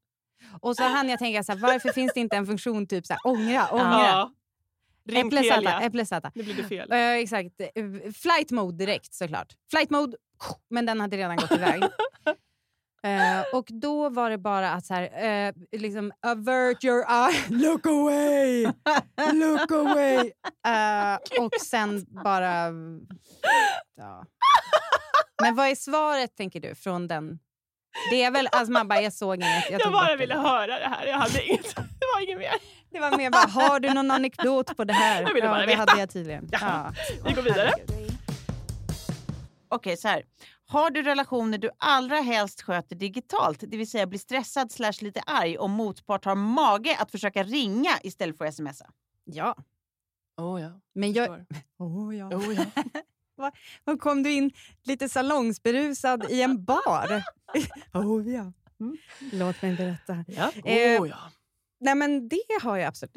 [SPEAKER 3] Och så hann jag tänka, så här, varför finns det inte en funktion typ så här, ångra, ångra?
[SPEAKER 2] Ja. Ring
[SPEAKER 3] äpple,
[SPEAKER 2] Telia.
[SPEAKER 3] zäta, äpple, zäta.
[SPEAKER 2] Nu blir det fel.
[SPEAKER 3] Eh, exakt. Eh, Flight mode direkt såklart. Flight mode, men den hade redan
[SPEAKER 2] [LAUGHS]
[SPEAKER 3] gått iväg. Eh, och då var det bara att så här, eh, liksom avert your eye, [LAUGHS] look away, look away. Eh, och sen bara... Ja. Men vad är svaret tänker du från den? Det är väl, alltså man bara, jag såg inget.
[SPEAKER 2] Jag,
[SPEAKER 3] tog bort
[SPEAKER 2] bara
[SPEAKER 3] det.
[SPEAKER 2] ville höra det här. Jag hade inget. [LAUGHS] Det var inget mer.
[SPEAKER 3] Det var mer bara, har du någon anekdot på det här?
[SPEAKER 2] Jag ville
[SPEAKER 3] ja,
[SPEAKER 2] bara
[SPEAKER 3] det
[SPEAKER 2] veta.
[SPEAKER 3] hade jag tydligen.
[SPEAKER 2] Ja.
[SPEAKER 3] Ja.
[SPEAKER 2] Vi går vidare.
[SPEAKER 1] Okej, så här. Har du relationer du allra helst sköter digitalt, det vill säga blir stressad slash lite arg om motpart har mage att försöka ringa istället för att smsa?
[SPEAKER 3] ja.
[SPEAKER 2] Oh, ja.
[SPEAKER 3] Men jag,
[SPEAKER 2] Jag...
[SPEAKER 3] Oh, ja.
[SPEAKER 2] Oh, ja.
[SPEAKER 3] [LAUGHS] Och kom du in lite salongsberusad i en bar. [LAUGHS] oh, ja. Låt mig berätta.
[SPEAKER 2] [LAUGHS] Ja.
[SPEAKER 3] Eh,
[SPEAKER 2] Oh, ja.
[SPEAKER 3] Nej, men det har jag absolut.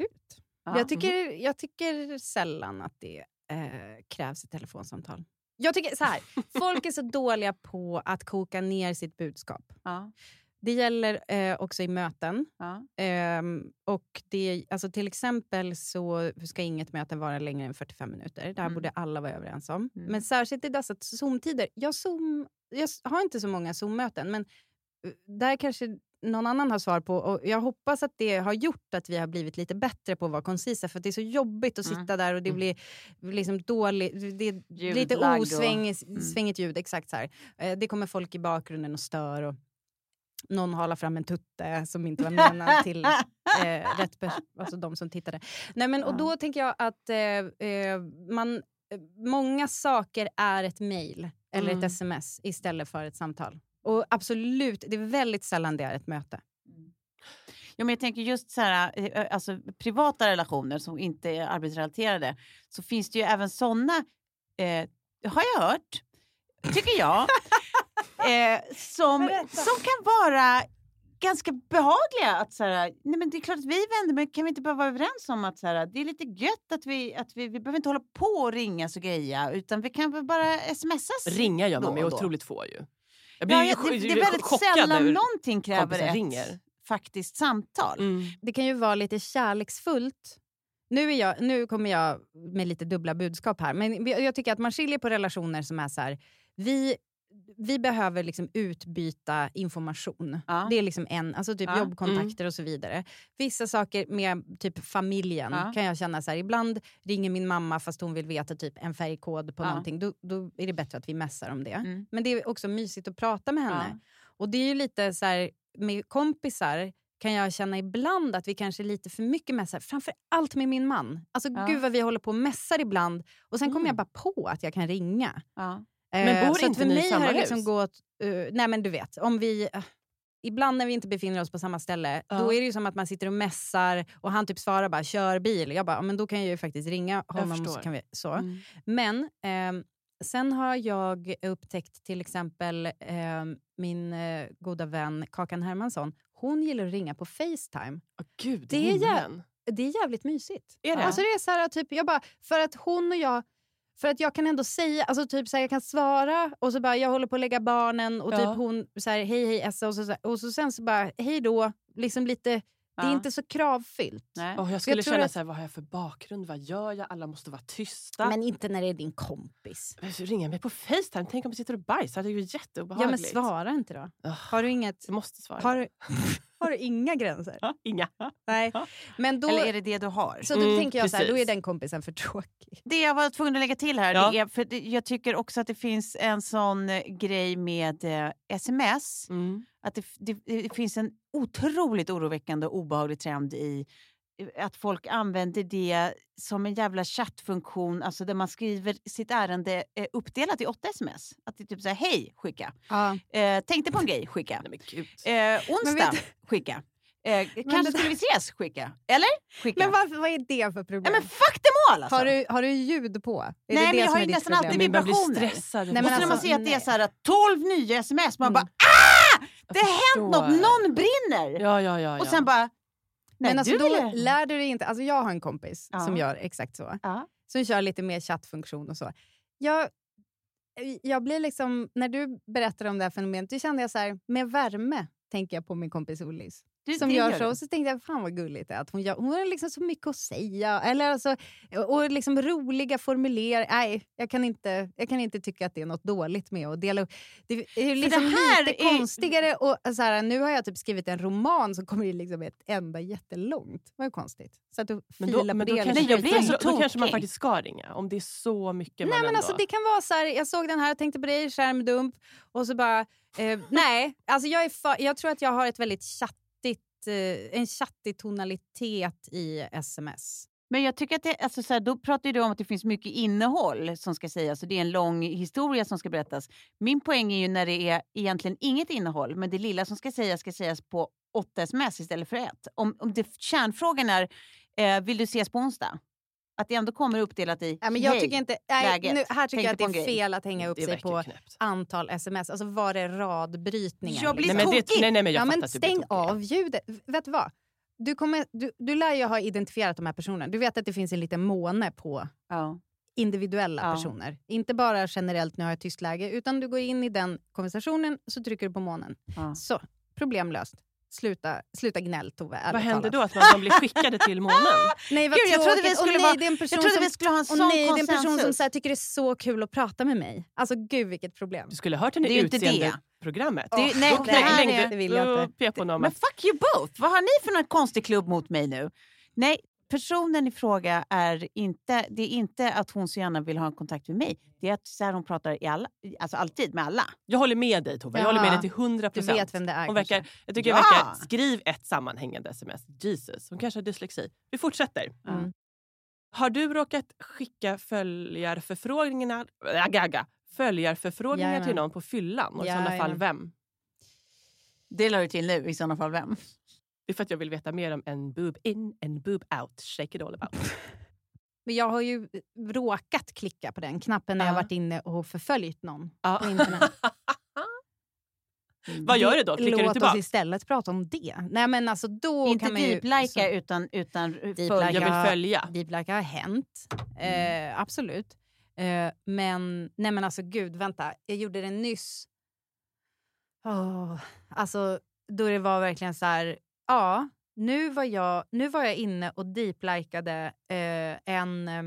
[SPEAKER 1] Ja. mm.
[SPEAKER 3] Jag, tycker, jag tycker sällan att det eh, krävs ett telefonsamtal. Jag tycker så här, folk är så dåliga på att koka ner sitt budskap.
[SPEAKER 1] Ja,
[SPEAKER 3] Det gäller eh, också i möten.
[SPEAKER 1] ja.
[SPEAKER 3] Ehm, och det, alltså till exempel så ska inget möte vara längre än 45 minuter. Det här
[SPEAKER 1] Mm.
[SPEAKER 3] borde alla vara överens om.
[SPEAKER 1] Mm.
[SPEAKER 3] Men särskilt i dessa Zoom-tider. Jag, zoom, jag s- har inte så många Zoom-möten, men eh, där kanske någon annan har svar på. Och jag hoppas att det har gjort att vi har blivit lite bättre på att vara koncisa. För att det är så jobbigt att
[SPEAKER 1] Mm.
[SPEAKER 3] sitta där och det
[SPEAKER 2] Mm.
[SPEAKER 3] blir liksom dåligt. Det är
[SPEAKER 1] Ljud,
[SPEAKER 3] lite
[SPEAKER 1] lagg och- mm.
[SPEAKER 3] osvängigt ljud. Exakt så här. Eh, Det kommer folk i bakgrunden och stör. Och någon halar fram en tutte som inte var menad till eh, rätt pers- alltså de som tittade. Nej, men, och
[SPEAKER 1] Ja.
[SPEAKER 3] då tänker jag att eh, eh, man, eh, många saker är ett mejl eller
[SPEAKER 2] Mm.
[SPEAKER 3] ett sms istället för ett samtal. Och absolut, det är väldigt sällan det är ett möte.
[SPEAKER 1] Ja, men jag tänker just så här, eh, eh, alltså, privata relationer som inte är arbetsrelaterade, så finns det ju även sådana, eh, har jag hört, tycker
[SPEAKER 2] [LAUGHS]
[SPEAKER 1] jag, eh, som,
[SPEAKER 3] Berätta.
[SPEAKER 1] som kan vara ganska behagliga. Att, så här, nej, men det är klart att vi är vänner, men kan vi inte bara vara överens om att så här, det är lite gött att vi, att vi, vi behöver inte hålla på och ringa och greja, utan vi kan väl bara smsas.
[SPEAKER 2] Ringa gör
[SPEAKER 1] Då
[SPEAKER 2] man
[SPEAKER 1] och
[SPEAKER 2] med
[SPEAKER 1] då.
[SPEAKER 2] otroligt få ju. Jag
[SPEAKER 1] Ja,
[SPEAKER 2] ju
[SPEAKER 1] ja,
[SPEAKER 2] cho-
[SPEAKER 1] det, det är
[SPEAKER 2] blir
[SPEAKER 1] väldigt
[SPEAKER 2] chockad
[SPEAKER 1] sällan
[SPEAKER 2] över-
[SPEAKER 1] någonting kräver
[SPEAKER 2] kompisen
[SPEAKER 1] ett
[SPEAKER 2] ringer.
[SPEAKER 1] faktiskt samtal.
[SPEAKER 2] Mm.
[SPEAKER 3] Det kan ju vara lite kärleksfullt. Nu, är jag, nu kommer jag med lite dubbla budskap här, men vi- jag tycker att man skiljer på relationer som är så här, vi, vi behöver liksom utbyta information.
[SPEAKER 1] Ja.
[SPEAKER 3] Det är liksom en, alltså typ
[SPEAKER 1] Ja. Mm.
[SPEAKER 3] jobbkontakter och så vidare. Vissa saker med typ familjen
[SPEAKER 1] Ja.
[SPEAKER 3] kan jag känna så här, ibland ringer min mamma fast hon vill veta typ en färgkod på
[SPEAKER 1] Ja.
[SPEAKER 3] någonting. Då, då är det bättre att vi messar om det.
[SPEAKER 1] Mm.
[SPEAKER 3] Men det är också mysigt att prata med henne.
[SPEAKER 1] Ja.
[SPEAKER 3] Och det är ju lite så här, med kompisar kan jag känna ibland att vi kanske är lite för mycket mässar. Framför allt med min man. Alltså
[SPEAKER 1] Ja.
[SPEAKER 3] gud vad vi håller på och mässar ibland. Och sen kommer
[SPEAKER 2] Mm.
[SPEAKER 3] jag bara på att jag kan ringa. Eh,
[SPEAKER 1] Ja.
[SPEAKER 2] Men bor
[SPEAKER 3] så att
[SPEAKER 2] inte
[SPEAKER 3] för
[SPEAKER 2] ni i
[SPEAKER 3] mig har
[SPEAKER 2] samma
[SPEAKER 3] det liksom
[SPEAKER 2] hus?
[SPEAKER 3] gått... eh, nej men du vet, om vi... eh, ibland när vi inte befinner oss på samma ställe,
[SPEAKER 2] Ja.
[SPEAKER 3] då är det ju som att man sitter och mässar och han typ svarar bara “kör bil”. Jag bara, "Ja, men då kan jag ju faktiskt ringa honom. och Så
[SPEAKER 2] förstår.
[SPEAKER 3] kan vi, så.
[SPEAKER 1] Mm.
[SPEAKER 3] Men ehm, sen har jag upptäckt till exempel ehm, min eh, goda vän Kakan Hermansson. Hon gillar att ringa på Facetime.
[SPEAKER 2] Åh, Gud,
[SPEAKER 3] Det är jä-
[SPEAKER 2] himlen.
[SPEAKER 3] Det är jävligt mysigt.
[SPEAKER 2] Är det?
[SPEAKER 3] Alltså det är så här, typ, jag bara, för att hon och jag för att jag kan ändå säga, alltså typ så här, jag kan svara och så bara jag håller på att lägga barnen och
[SPEAKER 2] Ja.
[SPEAKER 3] typ hon så här, hej hej Essa och så, så här, och så sen så bara hej då. Liksom lite, Det är
[SPEAKER 1] Ja.
[SPEAKER 3] inte så kravfyllt.
[SPEAKER 1] Nej.
[SPEAKER 2] Åh, jag skulle
[SPEAKER 3] tror
[SPEAKER 2] känna
[SPEAKER 3] att-
[SPEAKER 2] så här, vad har jag för bakgrund? Vad gör jag? Alla måste vara tysta.
[SPEAKER 3] Men inte när det är din kompis.
[SPEAKER 2] Men... Ringa mig på Facetime? Tänk om jag sitter och bajsar? Det är ju
[SPEAKER 3] Ja men
[SPEAKER 2] jätteobehagligt.
[SPEAKER 3] svara inte då.
[SPEAKER 2] Ugh,
[SPEAKER 3] Har du inget...
[SPEAKER 2] Jag måste svara.
[SPEAKER 3] Har, har du [LAUGHS] inga gränser?
[SPEAKER 2] Inga.
[SPEAKER 3] Nej. Men då,
[SPEAKER 1] Eller är det det du har?
[SPEAKER 3] så då
[SPEAKER 2] Mm,
[SPEAKER 3] tänker jag så här, då är
[SPEAKER 2] precis.
[SPEAKER 3] den kompisen för tråkig.
[SPEAKER 1] Det jag var tvungen att lägga till här,
[SPEAKER 2] Ja.
[SPEAKER 1] det är, för det, jag tycker också att det finns en sån eh, grej med eh, sms.
[SPEAKER 2] Mm.
[SPEAKER 1] Att det, f- det, det finns en otroligt oroväckande och obehaglig trend i eh, att folk använder det som en jävla chattfunktion, alltså där man skriver sitt ärende eh, uppdelat i åtta sms. Att det är typ så här, hej, skicka. Eh, tänkte på en grej, skicka.
[SPEAKER 2] Nej men gud.
[SPEAKER 1] Eh, onsdag,
[SPEAKER 3] vet-
[SPEAKER 1] skicka. Eh,
[SPEAKER 3] det-
[SPEAKER 1] kanske skulle vi ses, skicka. Eller? Skicka.
[SPEAKER 3] Men varför, vad är det för
[SPEAKER 1] Nej,
[SPEAKER 3] problem?
[SPEAKER 1] men fuck them all alltså!
[SPEAKER 3] har, du, har du ljud på? Är
[SPEAKER 1] Nej,
[SPEAKER 3] det
[SPEAKER 1] men
[SPEAKER 3] det
[SPEAKER 1] jag
[SPEAKER 3] som
[SPEAKER 1] har
[SPEAKER 3] är
[SPEAKER 1] ju
[SPEAKER 3] ditt
[SPEAKER 1] nästan
[SPEAKER 3] problem?
[SPEAKER 1] alltid
[SPEAKER 2] Men man blir
[SPEAKER 1] vibrationer.
[SPEAKER 2] stressad.
[SPEAKER 3] Nej,
[SPEAKER 1] och
[SPEAKER 3] men
[SPEAKER 1] sen när man
[SPEAKER 3] alltså,
[SPEAKER 1] ser att det är
[SPEAKER 3] nej.
[SPEAKER 1] så här, 12 nya sms, man
[SPEAKER 3] Mm.
[SPEAKER 1] bara
[SPEAKER 2] Jag
[SPEAKER 1] det har hänt något,
[SPEAKER 2] förstår.
[SPEAKER 1] någon brinner!
[SPEAKER 2] Ja, ja, ja. ja.
[SPEAKER 1] Och sen bara, nej
[SPEAKER 3] Men alltså,
[SPEAKER 1] du
[SPEAKER 3] då
[SPEAKER 1] ville...
[SPEAKER 3] lär du dig inte. Alltså, jag har en kompis
[SPEAKER 1] Ja.
[SPEAKER 3] som gör exakt så.
[SPEAKER 1] Ja.
[SPEAKER 3] Som kör lite mer chattfunktion och så. Jag, jag blir liksom, när du berättar om det här fenomenet, då kände jag så här, med värme tänker jag på min kompis Ullis.
[SPEAKER 1] Du,
[SPEAKER 3] som
[SPEAKER 1] det
[SPEAKER 3] gör
[SPEAKER 1] du.
[SPEAKER 3] så. Och så tänkte jag, fan vad gulligt det är att hon gör. Hon har liksom så mycket att säga. Eller alltså, och liksom roliga formuleringar. Nej, jag kan, inte, jag kan inte tycka att det är något dåligt med att dela upp. Det är ju liksom
[SPEAKER 1] här
[SPEAKER 3] lite
[SPEAKER 1] är-
[SPEAKER 3] konstigare. Och så här, nu har jag typ skrivit en roman som kommer i liksom ett enda jättelångt. Vad konstigt. Så att du
[SPEAKER 2] men
[SPEAKER 3] filar
[SPEAKER 2] då,
[SPEAKER 3] på
[SPEAKER 2] men
[SPEAKER 3] det. liksom
[SPEAKER 2] då,
[SPEAKER 3] lite.
[SPEAKER 2] kanske,
[SPEAKER 1] Nej, jag blir så
[SPEAKER 2] då, då kanske man
[SPEAKER 1] tokig.
[SPEAKER 2] faktiskt ska ringa. Om det är så mycket
[SPEAKER 3] Nej,
[SPEAKER 2] man
[SPEAKER 3] men
[SPEAKER 2] ändå...
[SPEAKER 3] alltså, det kan vara så här, jag såg den här och tänkte på dig, skärmdump. Och så bara, eh, nej. Alltså, jag, är för, jag tror att jag har ett väldigt chattigt, eh, en chattig tonalitet i sms.
[SPEAKER 1] Men jag tycker att det, alltså så här, då pratar ju du om att det finns mycket innehåll som ska sägas och det är en lång historia som ska berättas. Min poäng är ju när det är egentligen inget innehåll, men det lilla som ska sägas ska sägas på åtta sms istället för ett. Om, om det, kärnfrågan är, eh, vill du ses på onsdag? Att det ändå kommer uppdelat i,
[SPEAKER 3] Ja, men jag
[SPEAKER 1] hej.
[SPEAKER 3] tycker inte, nej,
[SPEAKER 1] läget.
[SPEAKER 3] nu, här
[SPEAKER 1] Tänkte
[SPEAKER 3] tycker jag att
[SPEAKER 1] på en
[SPEAKER 3] det är
[SPEAKER 1] grej.
[SPEAKER 3] fel att hänga upp
[SPEAKER 2] det
[SPEAKER 3] sig
[SPEAKER 2] verkar
[SPEAKER 3] på
[SPEAKER 2] ju knäppt.
[SPEAKER 3] antal sms. Alltså var det radbrytningar?
[SPEAKER 1] Jag blir
[SPEAKER 2] Nej,
[SPEAKER 1] så-
[SPEAKER 3] liksom?
[SPEAKER 2] men det,
[SPEAKER 1] tokig.
[SPEAKER 2] nej, nej, men jag
[SPEAKER 3] ja,
[SPEAKER 2] fattar
[SPEAKER 3] men
[SPEAKER 2] att du blir
[SPEAKER 3] stäng
[SPEAKER 2] tokig.
[SPEAKER 3] av ljudet. V- Vet du vad? Du, kommer, du, du lär ju ha identifierat de här personerna. Du vet att det finns en liten måne på
[SPEAKER 1] Ja.
[SPEAKER 3] individuella
[SPEAKER 1] Ja.
[SPEAKER 3] personer. Inte bara generellt nu har jag tyst läge, utan du går in i den konversationen så trycker du på månen.
[SPEAKER 1] Ja.
[SPEAKER 3] Så, problem löst. Sluta, sluta gnäll Tove.
[SPEAKER 2] Vad
[SPEAKER 3] ärligt
[SPEAKER 2] händer
[SPEAKER 3] talat.
[SPEAKER 2] då? Att man de blir skickade till månen?
[SPEAKER 3] Nej vad
[SPEAKER 1] Gud, jag trodde vi
[SPEAKER 3] tråkigt. Åh,
[SPEAKER 1] skulle
[SPEAKER 3] nej,
[SPEAKER 1] vara-
[SPEAKER 3] det är en person
[SPEAKER 1] Jag trodde
[SPEAKER 3] som
[SPEAKER 1] vi skulle ha en sån
[SPEAKER 3] Åh nej, det är en person som
[SPEAKER 1] konsensus.
[SPEAKER 3] så här, tycker det är så kul att prata med mig. Alltså gud vilket problem.
[SPEAKER 2] Du skulle ha hört
[SPEAKER 1] Det är
[SPEAKER 2] henne i
[SPEAKER 1] ju inte det.
[SPEAKER 2] utseendeprogrammet.
[SPEAKER 1] Det-
[SPEAKER 3] Åh,
[SPEAKER 1] nej,
[SPEAKER 2] Då
[SPEAKER 1] det här
[SPEAKER 2] klängde-
[SPEAKER 1] är-
[SPEAKER 3] det vill jag
[SPEAKER 2] då
[SPEAKER 3] inte.
[SPEAKER 2] pep hon om
[SPEAKER 1] Men
[SPEAKER 2] att
[SPEAKER 1] fuck you both! Vad har ni för någon konstig klubb mot mig nu? Nej, personen i fråga är inte... Det är inte att hon så gärna vill ha en kontakt med mig. Det är att så här hon pratar i alla, i- alltså alltid med alla.
[SPEAKER 2] jag håller med dig Tove, jag håller med
[SPEAKER 3] Jaha.
[SPEAKER 2] dig till 100
[SPEAKER 3] Du
[SPEAKER 2] procent.
[SPEAKER 3] vet vem det är
[SPEAKER 2] Hon verkar,
[SPEAKER 3] kanske.
[SPEAKER 2] jag tycker det
[SPEAKER 1] Ja!
[SPEAKER 2] verkar, skriv ett sammanhängande sms. Jesus, hon kanske har dyslexi. Vi fortsätter.
[SPEAKER 3] Mm.
[SPEAKER 2] Har du råkat skicka följarförfrågningar, agaga, följarförfrågningar
[SPEAKER 3] Jajamän.
[SPEAKER 2] till någon på fyllan? Och i sådana fall
[SPEAKER 3] Jajamän.
[SPEAKER 2] vem?
[SPEAKER 1] Det la du till nu, i sådana fall
[SPEAKER 3] Mm.
[SPEAKER 1] vem?
[SPEAKER 2] Det är för att jag vill veta mer om en boob in, en boob out, shake it all about.
[SPEAKER 3] Mm. Men jag har ju råkat klicka på den knappen när jag
[SPEAKER 2] Ja.
[SPEAKER 3] varit inne och förföljt någon.
[SPEAKER 2] Ja.
[SPEAKER 1] [LAUGHS]
[SPEAKER 3] På internet.
[SPEAKER 1] Mm.
[SPEAKER 2] Vad gör du då? Klickar du
[SPEAKER 3] Låt oss
[SPEAKER 2] tillbaka?
[SPEAKER 3] istället prata om det. Nej men alltså då
[SPEAKER 1] Inte
[SPEAKER 3] kan man ju... liksom-
[SPEAKER 1] deep-lika utan, utan
[SPEAKER 3] Deep-lika.
[SPEAKER 2] Jag
[SPEAKER 1] följa.
[SPEAKER 2] vill följa.
[SPEAKER 3] Deep-lika har "Ah, hänt, eh, absolut. Eh, men, nej men alltså gud, vänta. Jag gjorde det nyss. Åh, alltså, då det var verkligen så här, ja, nu var jag, nu var jag inne och deep-likade eh, en... eh,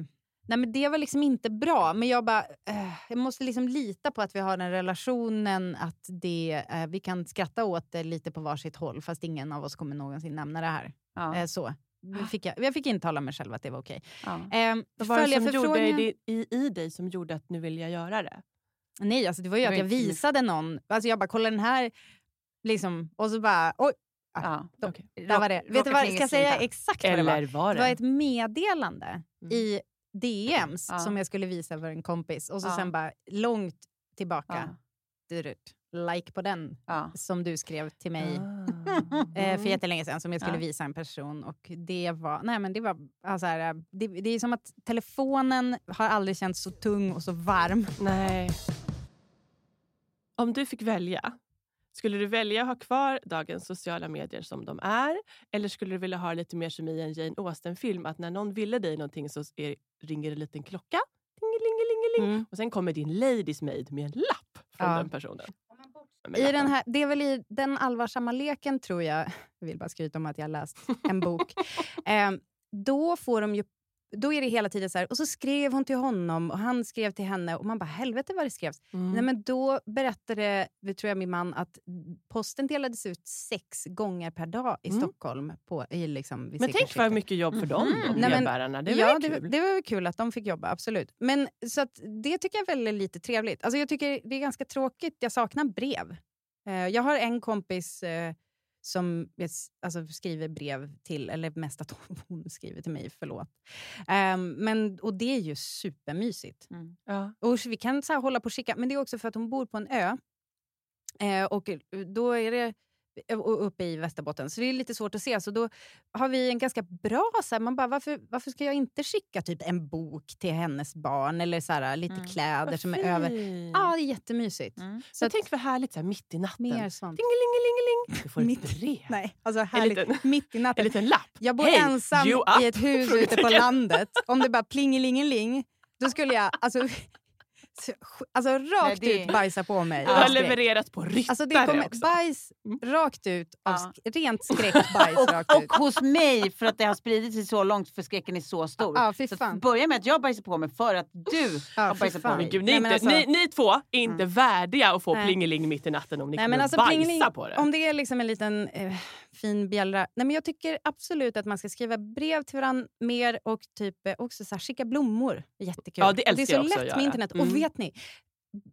[SPEAKER 3] Nej men det var liksom inte bra, men jag bara, eh, jag måste liksom lita på att vi har den relationen, att det, eh, vi kan skratta åt det lite på varsitt håll, fast ingen av oss kommer någonsin nämna det här.
[SPEAKER 1] Ja,
[SPEAKER 3] Eh, så. Jag fick, jag, jag fick intala mig själv att det var okej.
[SPEAKER 1] ja.
[SPEAKER 3] Ehm,
[SPEAKER 2] Ah. Vad var det som gjorde
[SPEAKER 3] följarförfrågningar-
[SPEAKER 2] i, i, i dig som gjorde att nu vill jag göra det?
[SPEAKER 3] Nej, alltså det var ju
[SPEAKER 1] Det var
[SPEAKER 3] att jag
[SPEAKER 1] inte så mycket.
[SPEAKER 3] visade någon. Alltså jag bara, kolla den här. Liksom, och så bara, oj,
[SPEAKER 1] Ja.
[SPEAKER 2] Okej.
[SPEAKER 3] där var det. Vet du vad, ska jag säga exakt vad det var?
[SPEAKER 2] Eller var
[SPEAKER 3] Det
[SPEAKER 2] det?
[SPEAKER 3] var ett meddelande
[SPEAKER 2] Mm.
[SPEAKER 3] i DMs
[SPEAKER 1] Ja.
[SPEAKER 3] som jag skulle visa för en kompis. Och så
[SPEAKER 1] Ja.
[SPEAKER 3] sen bara, långt tillbaka.
[SPEAKER 1] Ja.
[SPEAKER 3] Durut. Like på den
[SPEAKER 1] Ja.
[SPEAKER 3] som du skrev till mig.
[SPEAKER 2] Ah.
[SPEAKER 3] [LAUGHS] eh, för jättelänge sedan som jag skulle
[SPEAKER 1] Ja.
[SPEAKER 3] visa en person. Och det var, nej men det var alltså här, eh, det, det är som att telefonen har aldrig känts så tung och så varm.
[SPEAKER 2] Nej. Om du fick välja, skulle du välja att ha kvar dagens sociala medier som de är? Eller skulle du vilja ha lite mer som i en Jane Austen-film, att när någon ville dig någonting så är, ringer en liten klocka. Tingelingelingeling. Och sen kommer din ladies maid med en lapp från
[SPEAKER 3] Mm. Ja.
[SPEAKER 2] den personen. Med
[SPEAKER 3] I
[SPEAKER 2] lappen.
[SPEAKER 3] den här, det är väl i den allvarsamma leken, tror jag. Jag vill bara skryta om att jag har läst
[SPEAKER 2] [LAUGHS]
[SPEAKER 3] en bok. eh, då får de ju då är det hela tiden så här, och så skrev hon till honom och han skrev till henne och man bara helvete vad det skrevs.
[SPEAKER 2] Mm.
[SPEAKER 3] Nej, men då berättade vi, tror jag, min man att posten delades ut sex gånger per dag i
[SPEAKER 2] Mm.
[SPEAKER 3] Stockholm. På, i liksom,
[SPEAKER 2] Men
[SPEAKER 3] vid
[SPEAKER 2] tänk vad
[SPEAKER 3] sekelskiftet.
[SPEAKER 2] mycket jobb för dem,
[SPEAKER 1] Mhm.
[SPEAKER 2] mm.
[SPEAKER 3] Mm-hmm. Nej, men-
[SPEAKER 2] brevbärarna. Det var
[SPEAKER 3] ja,
[SPEAKER 2] ju
[SPEAKER 3] det,
[SPEAKER 2] kul.
[SPEAKER 3] det var väl kul att de fick jobba, absolut. Men, så att, det tycker jag väl är lite trevligt. Alltså, jag tycker det är ganska tråkigt, jag saknar brev. Eh, jag har en kompis eh, som jag s- alltså, skriver brev till, eller mest att hon [LAUGHS] skriver till mig, förlåt. Eh, men, och det är ju supermysigt.
[SPEAKER 1] Mm.
[SPEAKER 2] Ja.
[SPEAKER 3] Och vi kan så här hålla på och skicka, men det är också för att hon bor på en ö. Eh, och då är det eh, och uppe i Västerbotten, så det är lite svårt att se. Så då har vi en ganska bra... Så här, man bara, varför, varför ska jag inte skicka typ en bok till hennes barn eller så här, lite
[SPEAKER 1] Mm.
[SPEAKER 3] kläder som är över?
[SPEAKER 2] fint.
[SPEAKER 3] Ja, det är jättemysigt.
[SPEAKER 1] Mm.
[SPEAKER 3] Så
[SPEAKER 2] Så
[SPEAKER 3] att,
[SPEAKER 2] tänk vad härligt, så här, mitt i natten.
[SPEAKER 3] mer sånt.
[SPEAKER 2] Dingelingelingeling. Du får
[SPEAKER 3] Mitt-
[SPEAKER 2] ett brev.
[SPEAKER 3] Nej, alltså
[SPEAKER 2] En
[SPEAKER 3] härligt.
[SPEAKER 2] liten,
[SPEAKER 3] Mitt i
[SPEAKER 2] en
[SPEAKER 3] natten.
[SPEAKER 2] liten lapp.
[SPEAKER 3] Jag bor
[SPEAKER 2] Hej,
[SPEAKER 3] ensam
[SPEAKER 2] you
[SPEAKER 3] i
[SPEAKER 1] [LAUGHS]
[SPEAKER 2] up?
[SPEAKER 3] ett hus ute på
[SPEAKER 2] Frågetecken.
[SPEAKER 3] landet. Om det bara plingelingeling, då skulle jag alltså, [LAUGHS] alltså rakt
[SPEAKER 1] det-
[SPEAKER 3] ut bajsa på mig.
[SPEAKER 2] Du
[SPEAKER 3] av
[SPEAKER 2] har
[SPEAKER 3] skräck.
[SPEAKER 2] levererat på ryttare
[SPEAKER 3] Alltså det kommer
[SPEAKER 2] också.
[SPEAKER 3] bajs rakt ut, av
[SPEAKER 1] Mm. Ja.
[SPEAKER 3] sk- rent skräckbajs rakt ut.
[SPEAKER 1] [LAUGHS] Och hos mig, för att det har spridit sig så långt för skräcken är så stor.
[SPEAKER 3] Ja, fy
[SPEAKER 1] Så att
[SPEAKER 3] fan.
[SPEAKER 1] börja med att jag bajsar på mig för att du
[SPEAKER 3] Ja,
[SPEAKER 1] har
[SPEAKER 3] fy
[SPEAKER 1] bajsat på
[SPEAKER 3] fan.
[SPEAKER 1] mig.
[SPEAKER 2] Men gud, ni,
[SPEAKER 3] Nej,
[SPEAKER 2] är
[SPEAKER 3] men
[SPEAKER 2] inte,
[SPEAKER 3] alltså- Mm.
[SPEAKER 2] ni, ni två är inte värdiga att få
[SPEAKER 3] Nej.
[SPEAKER 2] plingeling mitt i natten om ni
[SPEAKER 3] Nej, men
[SPEAKER 2] kommer
[SPEAKER 3] alltså,
[SPEAKER 2] bajsa
[SPEAKER 3] plingeling-
[SPEAKER 2] på det.
[SPEAKER 3] Om det är liksom en liten eh, fin bjällra. Nej, men jag tycker absolut att man ska skriva brev till varandra mer och typ eh, också så här, skicka blommor. Jättekul.
[SPEAKER 2] Ja, det
[SPEAKER 3] Och det är
[SPEAKER 2] älskar
[SPEAKER 3] så
[SPEAKER 2] jag också att
[SPEAKER 3] lätt
[SPEAKER 2] göra.
[SPEAKER 3] med internet.
[SPEAKER 2] Mm.
[SPEAKER 3] Och vet ni,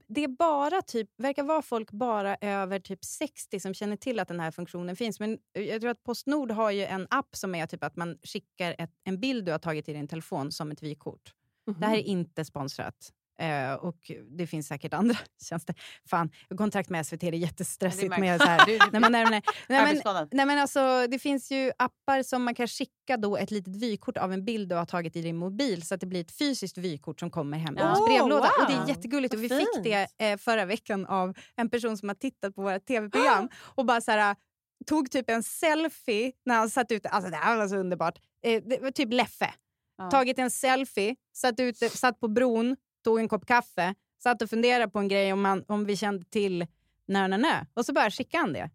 [SPEAKER 3] det är bara typ, verkar vara folk bara över typ 60 som känner till att den här funktionen finns. Men eh, jag tror att Postnord har ju en app som är typ att man skickar ett, en bild du har tagit i din telefon som ett vykort.
[SPEAKER 2] Mhm.
[SPEAKER 3] Det här är inte sponsrat. Eh, och det finns säkert andra [LAUGHS] tjänster. Fan, kontakt med SVT det är jättestressigt.
[SPEAKER 1] märks.
[SPEAKER 3] med så här,
[SPEAKER 1] Du,
[SPEAKER 3] Nej, men, nej, nej, nej, men,
[SPEAKER 1] Arbetsskadad.
[SPEAKER 3] nej, men alltså, det finns ju appar som man kan skicka då ett litet vykort av en bild du har tagit i din mobil så att det blir ett fysiskt vykort som kommer hem i ens
[SPEAKER 1] Oh,
[SPEAKER 3] brevlåda. Och det är
[SPEAKER 2] wow.
[SPEAKER 3] jättegulligt.
[SPEAKER 2] Vad
[SPEAKER 3] Och vi fick det
[SPEAKER 2] fint.
[SPEAKER 3] eh, förra veckan av en person som har tittat på våra tv-program och bara så här, tog Eh, typ en selfie när han satt ute. Alltså, det här var så underbart. Eh, det var typ Leffe.
[SPEAKER 1] Ja.
[SPEAKER 3] tagit en selfie, satt, ute, satt på bron, tog en kopp kaffe, satt och funderade på en grej om, man, om vi kände till nö, nö, nö. Och så bara skickade han det.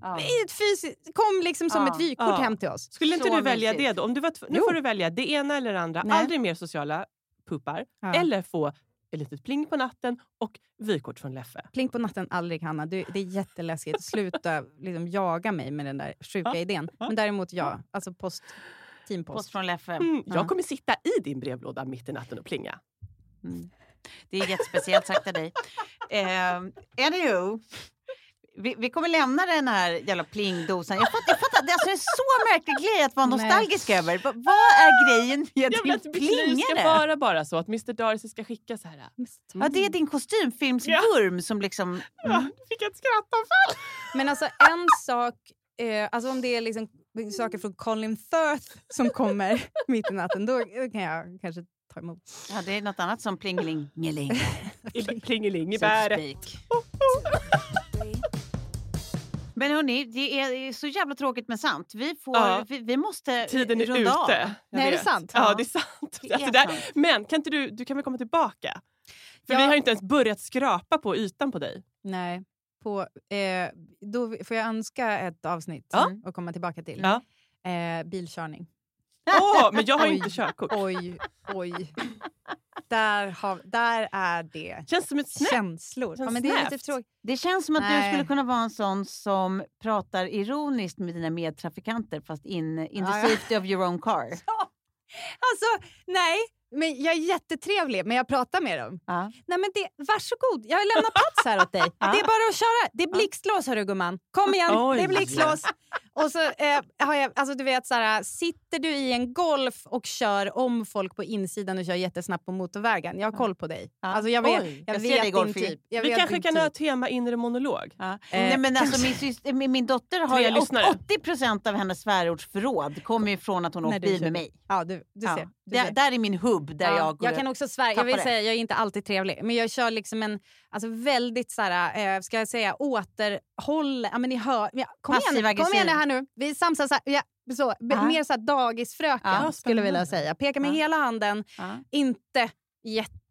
[SPEAKER 1] Ja.
[SPEAKER 3] I ett fysiskt, kom liksom som
[SPEAKER 1] Ja,
[SPEAKER 3] ett vykort
[SPEAKER 2] ja.
[SPEAKER 3] hem till oss.
[SPEAKER 2] Skulle inte
[SPEAKER 1] Så
[SPEAKER 2] du välja
[SPEAKER 1] mysigt.
[SPEAKER 2] det då? Om du var tv- nu
[SPEAKER 3] Jo.
[SPEAKER 2] får du välja det ena eller det andra.
[SPEAKER 1] Nej.
[SPEAKER 2] Aldrig mer sociala puppar.
[SPEAKER 3] Ja.
[SPEAKER 2] Eller få ett litet pling på natten och vykort från Leffe.
[SPEAKER 3] Plink på natten aldrig, Hanna. Du, det är jätteläskigt. Sluta [LAUGHS] liksom, jaga mig med den där sjuka idén. Men däremot ja, alltså post,
[SPEAKER 1] Post
[SPEAKER 3] teampost.
[SPEAKER 1] från Leffe.
[SPEAKER 2] Mm, jag
[SPEAKER 3] Ja.
[SPEAKER 2] kommer sitta i din brevlåda mitt i natten och plinga.
[SPEAKER 1] Mm. Det är jättespeciellt sagt av dig. Eh, anywho, vi, vi kommer lämna den här jävla plingdosan. Jag fattar, jag fattar, det, alltså, det är så märklig grej att vara
[SPEAKER 3] Nej.
[SPEAKER 1] nostalgisk över. Va, vad är grejen med
[SPEAKER 2] Jag vill att
[SPEAKER 1] din
[SPEAKER 2] mitt liv ska
[SPEAKER 1] plingare?
[SPEAKER 2] vara bara så. Att Mr Darcy ska skicka så här.
[SPEAKER 1] Ja, det är din kostymfilmsvurm som liksom...
[SPEAKER 2] Ja, du fick ett skratt av
[SPEAKER 3] Men alltså en sak, eh, alltså om det är liksom saker från Colin Firth som kommer [LAUGHS] mitt i natten, då kan jag kanske ta emot.
[SPEAKER 1] Ja, det är något annat som plingeling. Ngeling.
[SPEAKER 2] I- Plingeling i
[SPEAKER 1] so to
[SPEAKER 2] bäret.
[SPEAKER 1] speak. Men hörni, det är så jävla tråkigt men sant. Vi, får,
[SPEAKER 2] Ja.
[SPEAKER 1] vi, vi måste
[SPEAKER 2] Tiden är
[SPEAKER 1] runda
[SPEAKER 2] ute.
[SPEAKER 1] av.
[SPEAKER 2] Jag
[SPEAKER 3] Nej, är det
[SPEAKER 2] vet.
[SPEAKER 3] sant?
[SPEAKER 2] Ja,
[SPEAKER 1] Ja.
[SPEAKER 2] det är sant.
[SPEAKER 1] Det är
[SPEAKER 2] alltså, där,
[SPEAKER 1] sant.
[SPEAKER 2] Men kan inte du, du kan väl komma tillbaka? För
[SPEAKER 3] Ja.
[SPEAKER 2] vi har ju inte ens börjat skrapa på ytan på dig.
[SPEAKER 3] Nej. På, eh, då får jag önska ett avsnitt Mm,
[SPEAKER 2] Ja.
[SPEAKER 3] och komma tillbaka till.
[SPEAKER 2] Ja.
[SPEAKER 3] Eh, bilkörning.
[SPEAKER 2] Åh, men jag har ju
[SPEAKER 3] Oj.
[SPEAKER 2] inte körkort.
[SPEAKER 3] Oj, oj. Där, har, där är det
[SPEAKER 2] Känns som ett snäpp.
[SPEAKER 3] känslor.
[SPEAKER 2] Känns
[SPEAKER 3] Ja, men det är lite
[SPEAKER 2] snävt.
[SPEAKER 3] tråkigt.
[SPEAKER 1] Det känns som att du
[SPEAKER 3] Nej.
[SPEAKER 1] skulle kunna vara en sån som pratar ironiskt med dina medtrafikanter fast in, in the
[SPEAKER 3] Ja, ja.
[SPEAKER 1] safety of your own car.
[SPEAKER 3] Alltså, nej. Men jag är jättetrevlig, men jag pratar med dem.
[SPEAKER 1] Ja.
[SPEAKER 3] Nej, men det, varsågod, jag lämnar plats här åt dig. Det är bara att köra. Det är blixtlås, hörru gumman. Kom igen,
[SPEAKER 2] Oj.
[SPEAKER 3] det är blixtlås. Och så eh, har jag, alltså du vet, så här, sitter du i en golf och kör om folk på insidan och kör jättesnabbt på motorvägen. Jag har koll på dig.
[SPEAKER 1] Ja.
[SPEAKER 3] Alltså, jag vet,
[SPEAKER 1] Oj,
[SPEAKER 3] jag
[SPEAKER 1] jag ser
[SPEAKER 3] vet
[SPEAKER 1] dig,
[SPEAKER 3] din
[SPEAKER 1] Golfi.
[SPEAKER 3] typ. Jag
[SPEAKER 2] Vi
[SPEAKER 3] vet
[SPEAKER 2] kanske
[SPEAKER 3] din
[SPEAKER 2] kan
[SPEAKER 3] typ.
[SPEAKER 2] ha ett tema inre monolog.
[SPEAKER 1] Ja.
[SPEAKER 3] Eh,
[SPEAKER 1] Nej, men alltså, min, syster, min, min dotter har
[SPEAKER 2] Tre
[SPEAKER 1] ju
[SPEAKER 2] lyssnare.
[SPEAKER 1] 80 procent av hennes svärordsförråd kommer ju från att hon
[SPEAKER 3] När
[SPEAKER 1] åkt
[SPEAKER 3] du
[SPEAKER 1] bil
[SPEAKER 3] körde.
[SPEAKER 1] med mig.
[SPEAKER 3] Ja, du, du
[SPEAKER 1] Ja.
[SPEAKER 3] ser. Du
[SPEAKER 1] Där,
[SPEAKER 3] ser.
[SPEAKER 1] där är min hubb där
[SPEAKER 3] Ja,
[SPEAKER 1] jag går
[SPEAKER 3] kan också svära. Jag
[SPEAKER 1] tappar
[SPEAKER 3] vill
[SPEAKER 1] det.
[SPEAKER 3] säga, jag är inte alltid trevlig, men jag kör liksom en alltså väldigt så här, eh, ska jag säga, återhåll... Ja, men ni hör. Ja, kom
[SPEAKER 1] Passiv
[SPEAKER 3] igen, kom
[SPEAKER 1] aggressiv.
[SPEAKER 3] igen här nu. Vi samsas här. Ja, så, b-
[SPEAKER 1] Ja.
[SPEAKER 3] Mer så här dagisfröken,
[SPEAKER 1] Ja,
[SPEAKER 3] skulle jag vilja
[SPEAKER 2] spännande.
[SPEAKER 3] säga. Peka med
[SPEAKER 1] Ja.
[SPEAKER 3] hela handen,
[SPEAKER 1] Ja.
[SPEAKER 3] inte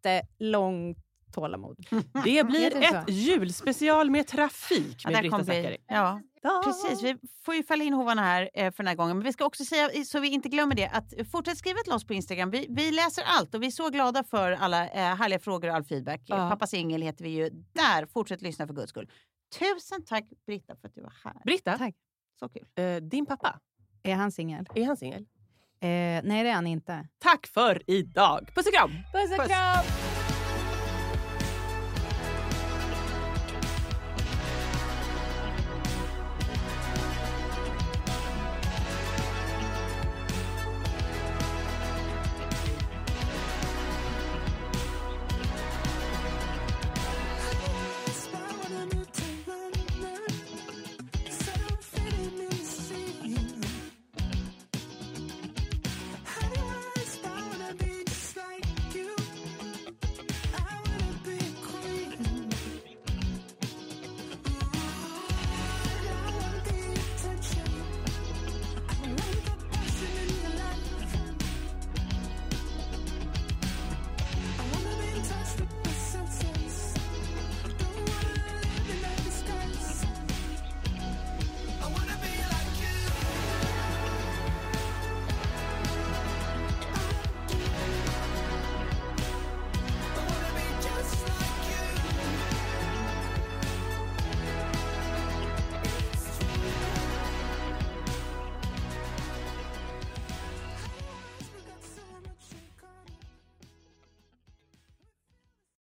[SPEAKER 3] jättelångt tålamod.
[SPEAKER 1] Mm.
[SPEAKER 2] Det blir
[SPEAKER 3] Heter det så?
[SPEAKER 2] ett julspecial med trafik
[SPEAKER 1] Ja,
[SPEAKER 2] med
[SPEAKER 1] där
[SPEAKER 2] Brita
[SPEAKER 1] kom vi.
[SPEAKER 2] Zackari.
[SPEAKER 1] Ja,
[SPEAKER 2] Ja.
[SPEAKER 1] precis. Vi får ju fälla in hovarna här eh, för den här gången. Men vi ska också säga, så vi inte glömmer det, att fortsätt skriva till oss på Instagram. Vi, vi läser allt och vi är så glada för alla eh, härliga frågor och all feedback.
[SPEAKER 2] Ja.
[SPEAKER 1] Ja. Pappa Singel heter vi ju där. Fortsätt lyssna för guds skull. Tusen tack Britta för att du var här.
[SPEAKER 2] Britta,
[SPEAKER 3] Tack.
[SPEAKER 1] Så kul.
[SPEAKER 2] eh, din pappa,
[SPEAKER 3] Är han singel?
[SPEAKER 2] är han singel?
[SPEAKER 3] Eh, nej, det är han inte.
[SPEAKER 2] Tack för idag. Puss och kram!
[SPEAKER 3] Puss och
[SPEAKER 1] Puss.
[SPEAKER 3] kram!